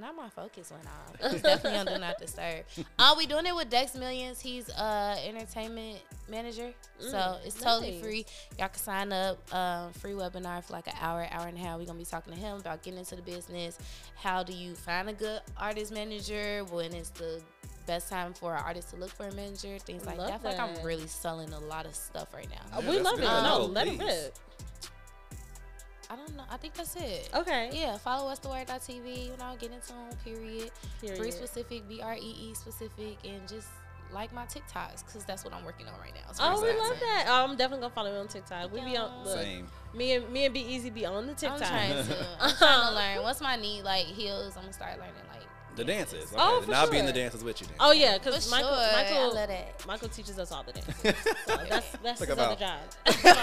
Not my focus went off. It's definitely on Do Not Disturb. Uh, we doing it with Dex Millions. He's uh entertainment manager, so Mm, it's totally nice. free. Y'all can sign up. Um, free webinar for like an hour, hour and a half. We're gonna be talking to him about getting into the business. How do you find a good artist manager? When is the best time for an artist to look for a manager? Things like Love that. I feel like I'm that. really selling a lot of stuff right now. Uh, Yeah, we that's love it. good. No, No, let it please. rip. I don't know. I think that's it. Okay. Yeah, follow us the word.tv, you know, get into them, period. Bree Period. specific, B R E E specific, and just like my TikToks because that's what I'm working on right now. is Oh, we Bree love Swanson. that. Oh, I'm definitely gonna follow you on TikTok. We be on look, Same. me and me and Be Easy be on the I'm TikTok. trying to. I'm trying to learn. Once my knee like heals, I'm gonna start learning like. The dances. Okay. Oh, for now I'll be in the sure. dances with you then. Oh yeah, For because sure, Michael I Michael love that. Michael teaches us all the dance. that's, That's that's Talk his about- other job.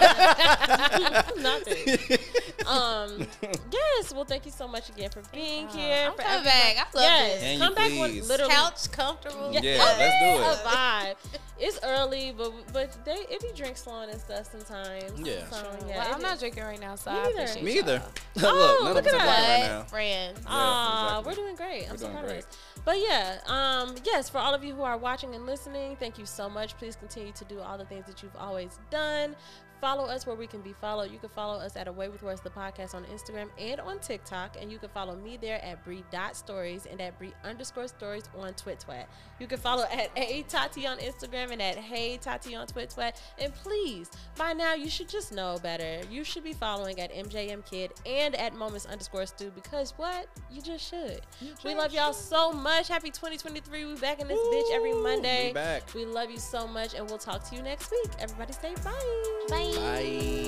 Nothing. Um. Yes. Well, thank you so much again for being here. Uh-huh. I'm for coming everybody- back. I love Yes. Can this. you come back when please? literally Couch comfortable. Yeah, let's do a vibe. It's early, but but they it be drink slowing and stuff sometimes. Yeah. So, Well, yeah. it I'm not is. drinking right now, so Me I neither. appreciate it. Me either. y'all. Oh, look, none of look us are at us. black right But now. friends, Yeah, Ah, exactly. we're doing great. I'm We're so doing proud of great. us. But yeah, um, yes, for all of you who are watching and listening, thank you so much. Please continue to do all the things that you've always done. Follow us where we can be followed. You can follow us at Away with Words the podcast on Instagram and on TikTok, and you can follow me there at Bree dot stories and at Bree underscore stories on TwitTwat. You can follow at Hey Tati on Instagram and at Hey Tati on TwitTwat. And please, by now you should just know better. You should be following at MJM Kid and at Moments underscore Stu because what you just should. We love y'all so much. Happy 2023. We back in this bitch every Woo, we Monday. back. We love you so much, and we'll talk to you next week. Everybody say bye. Bye. Bye.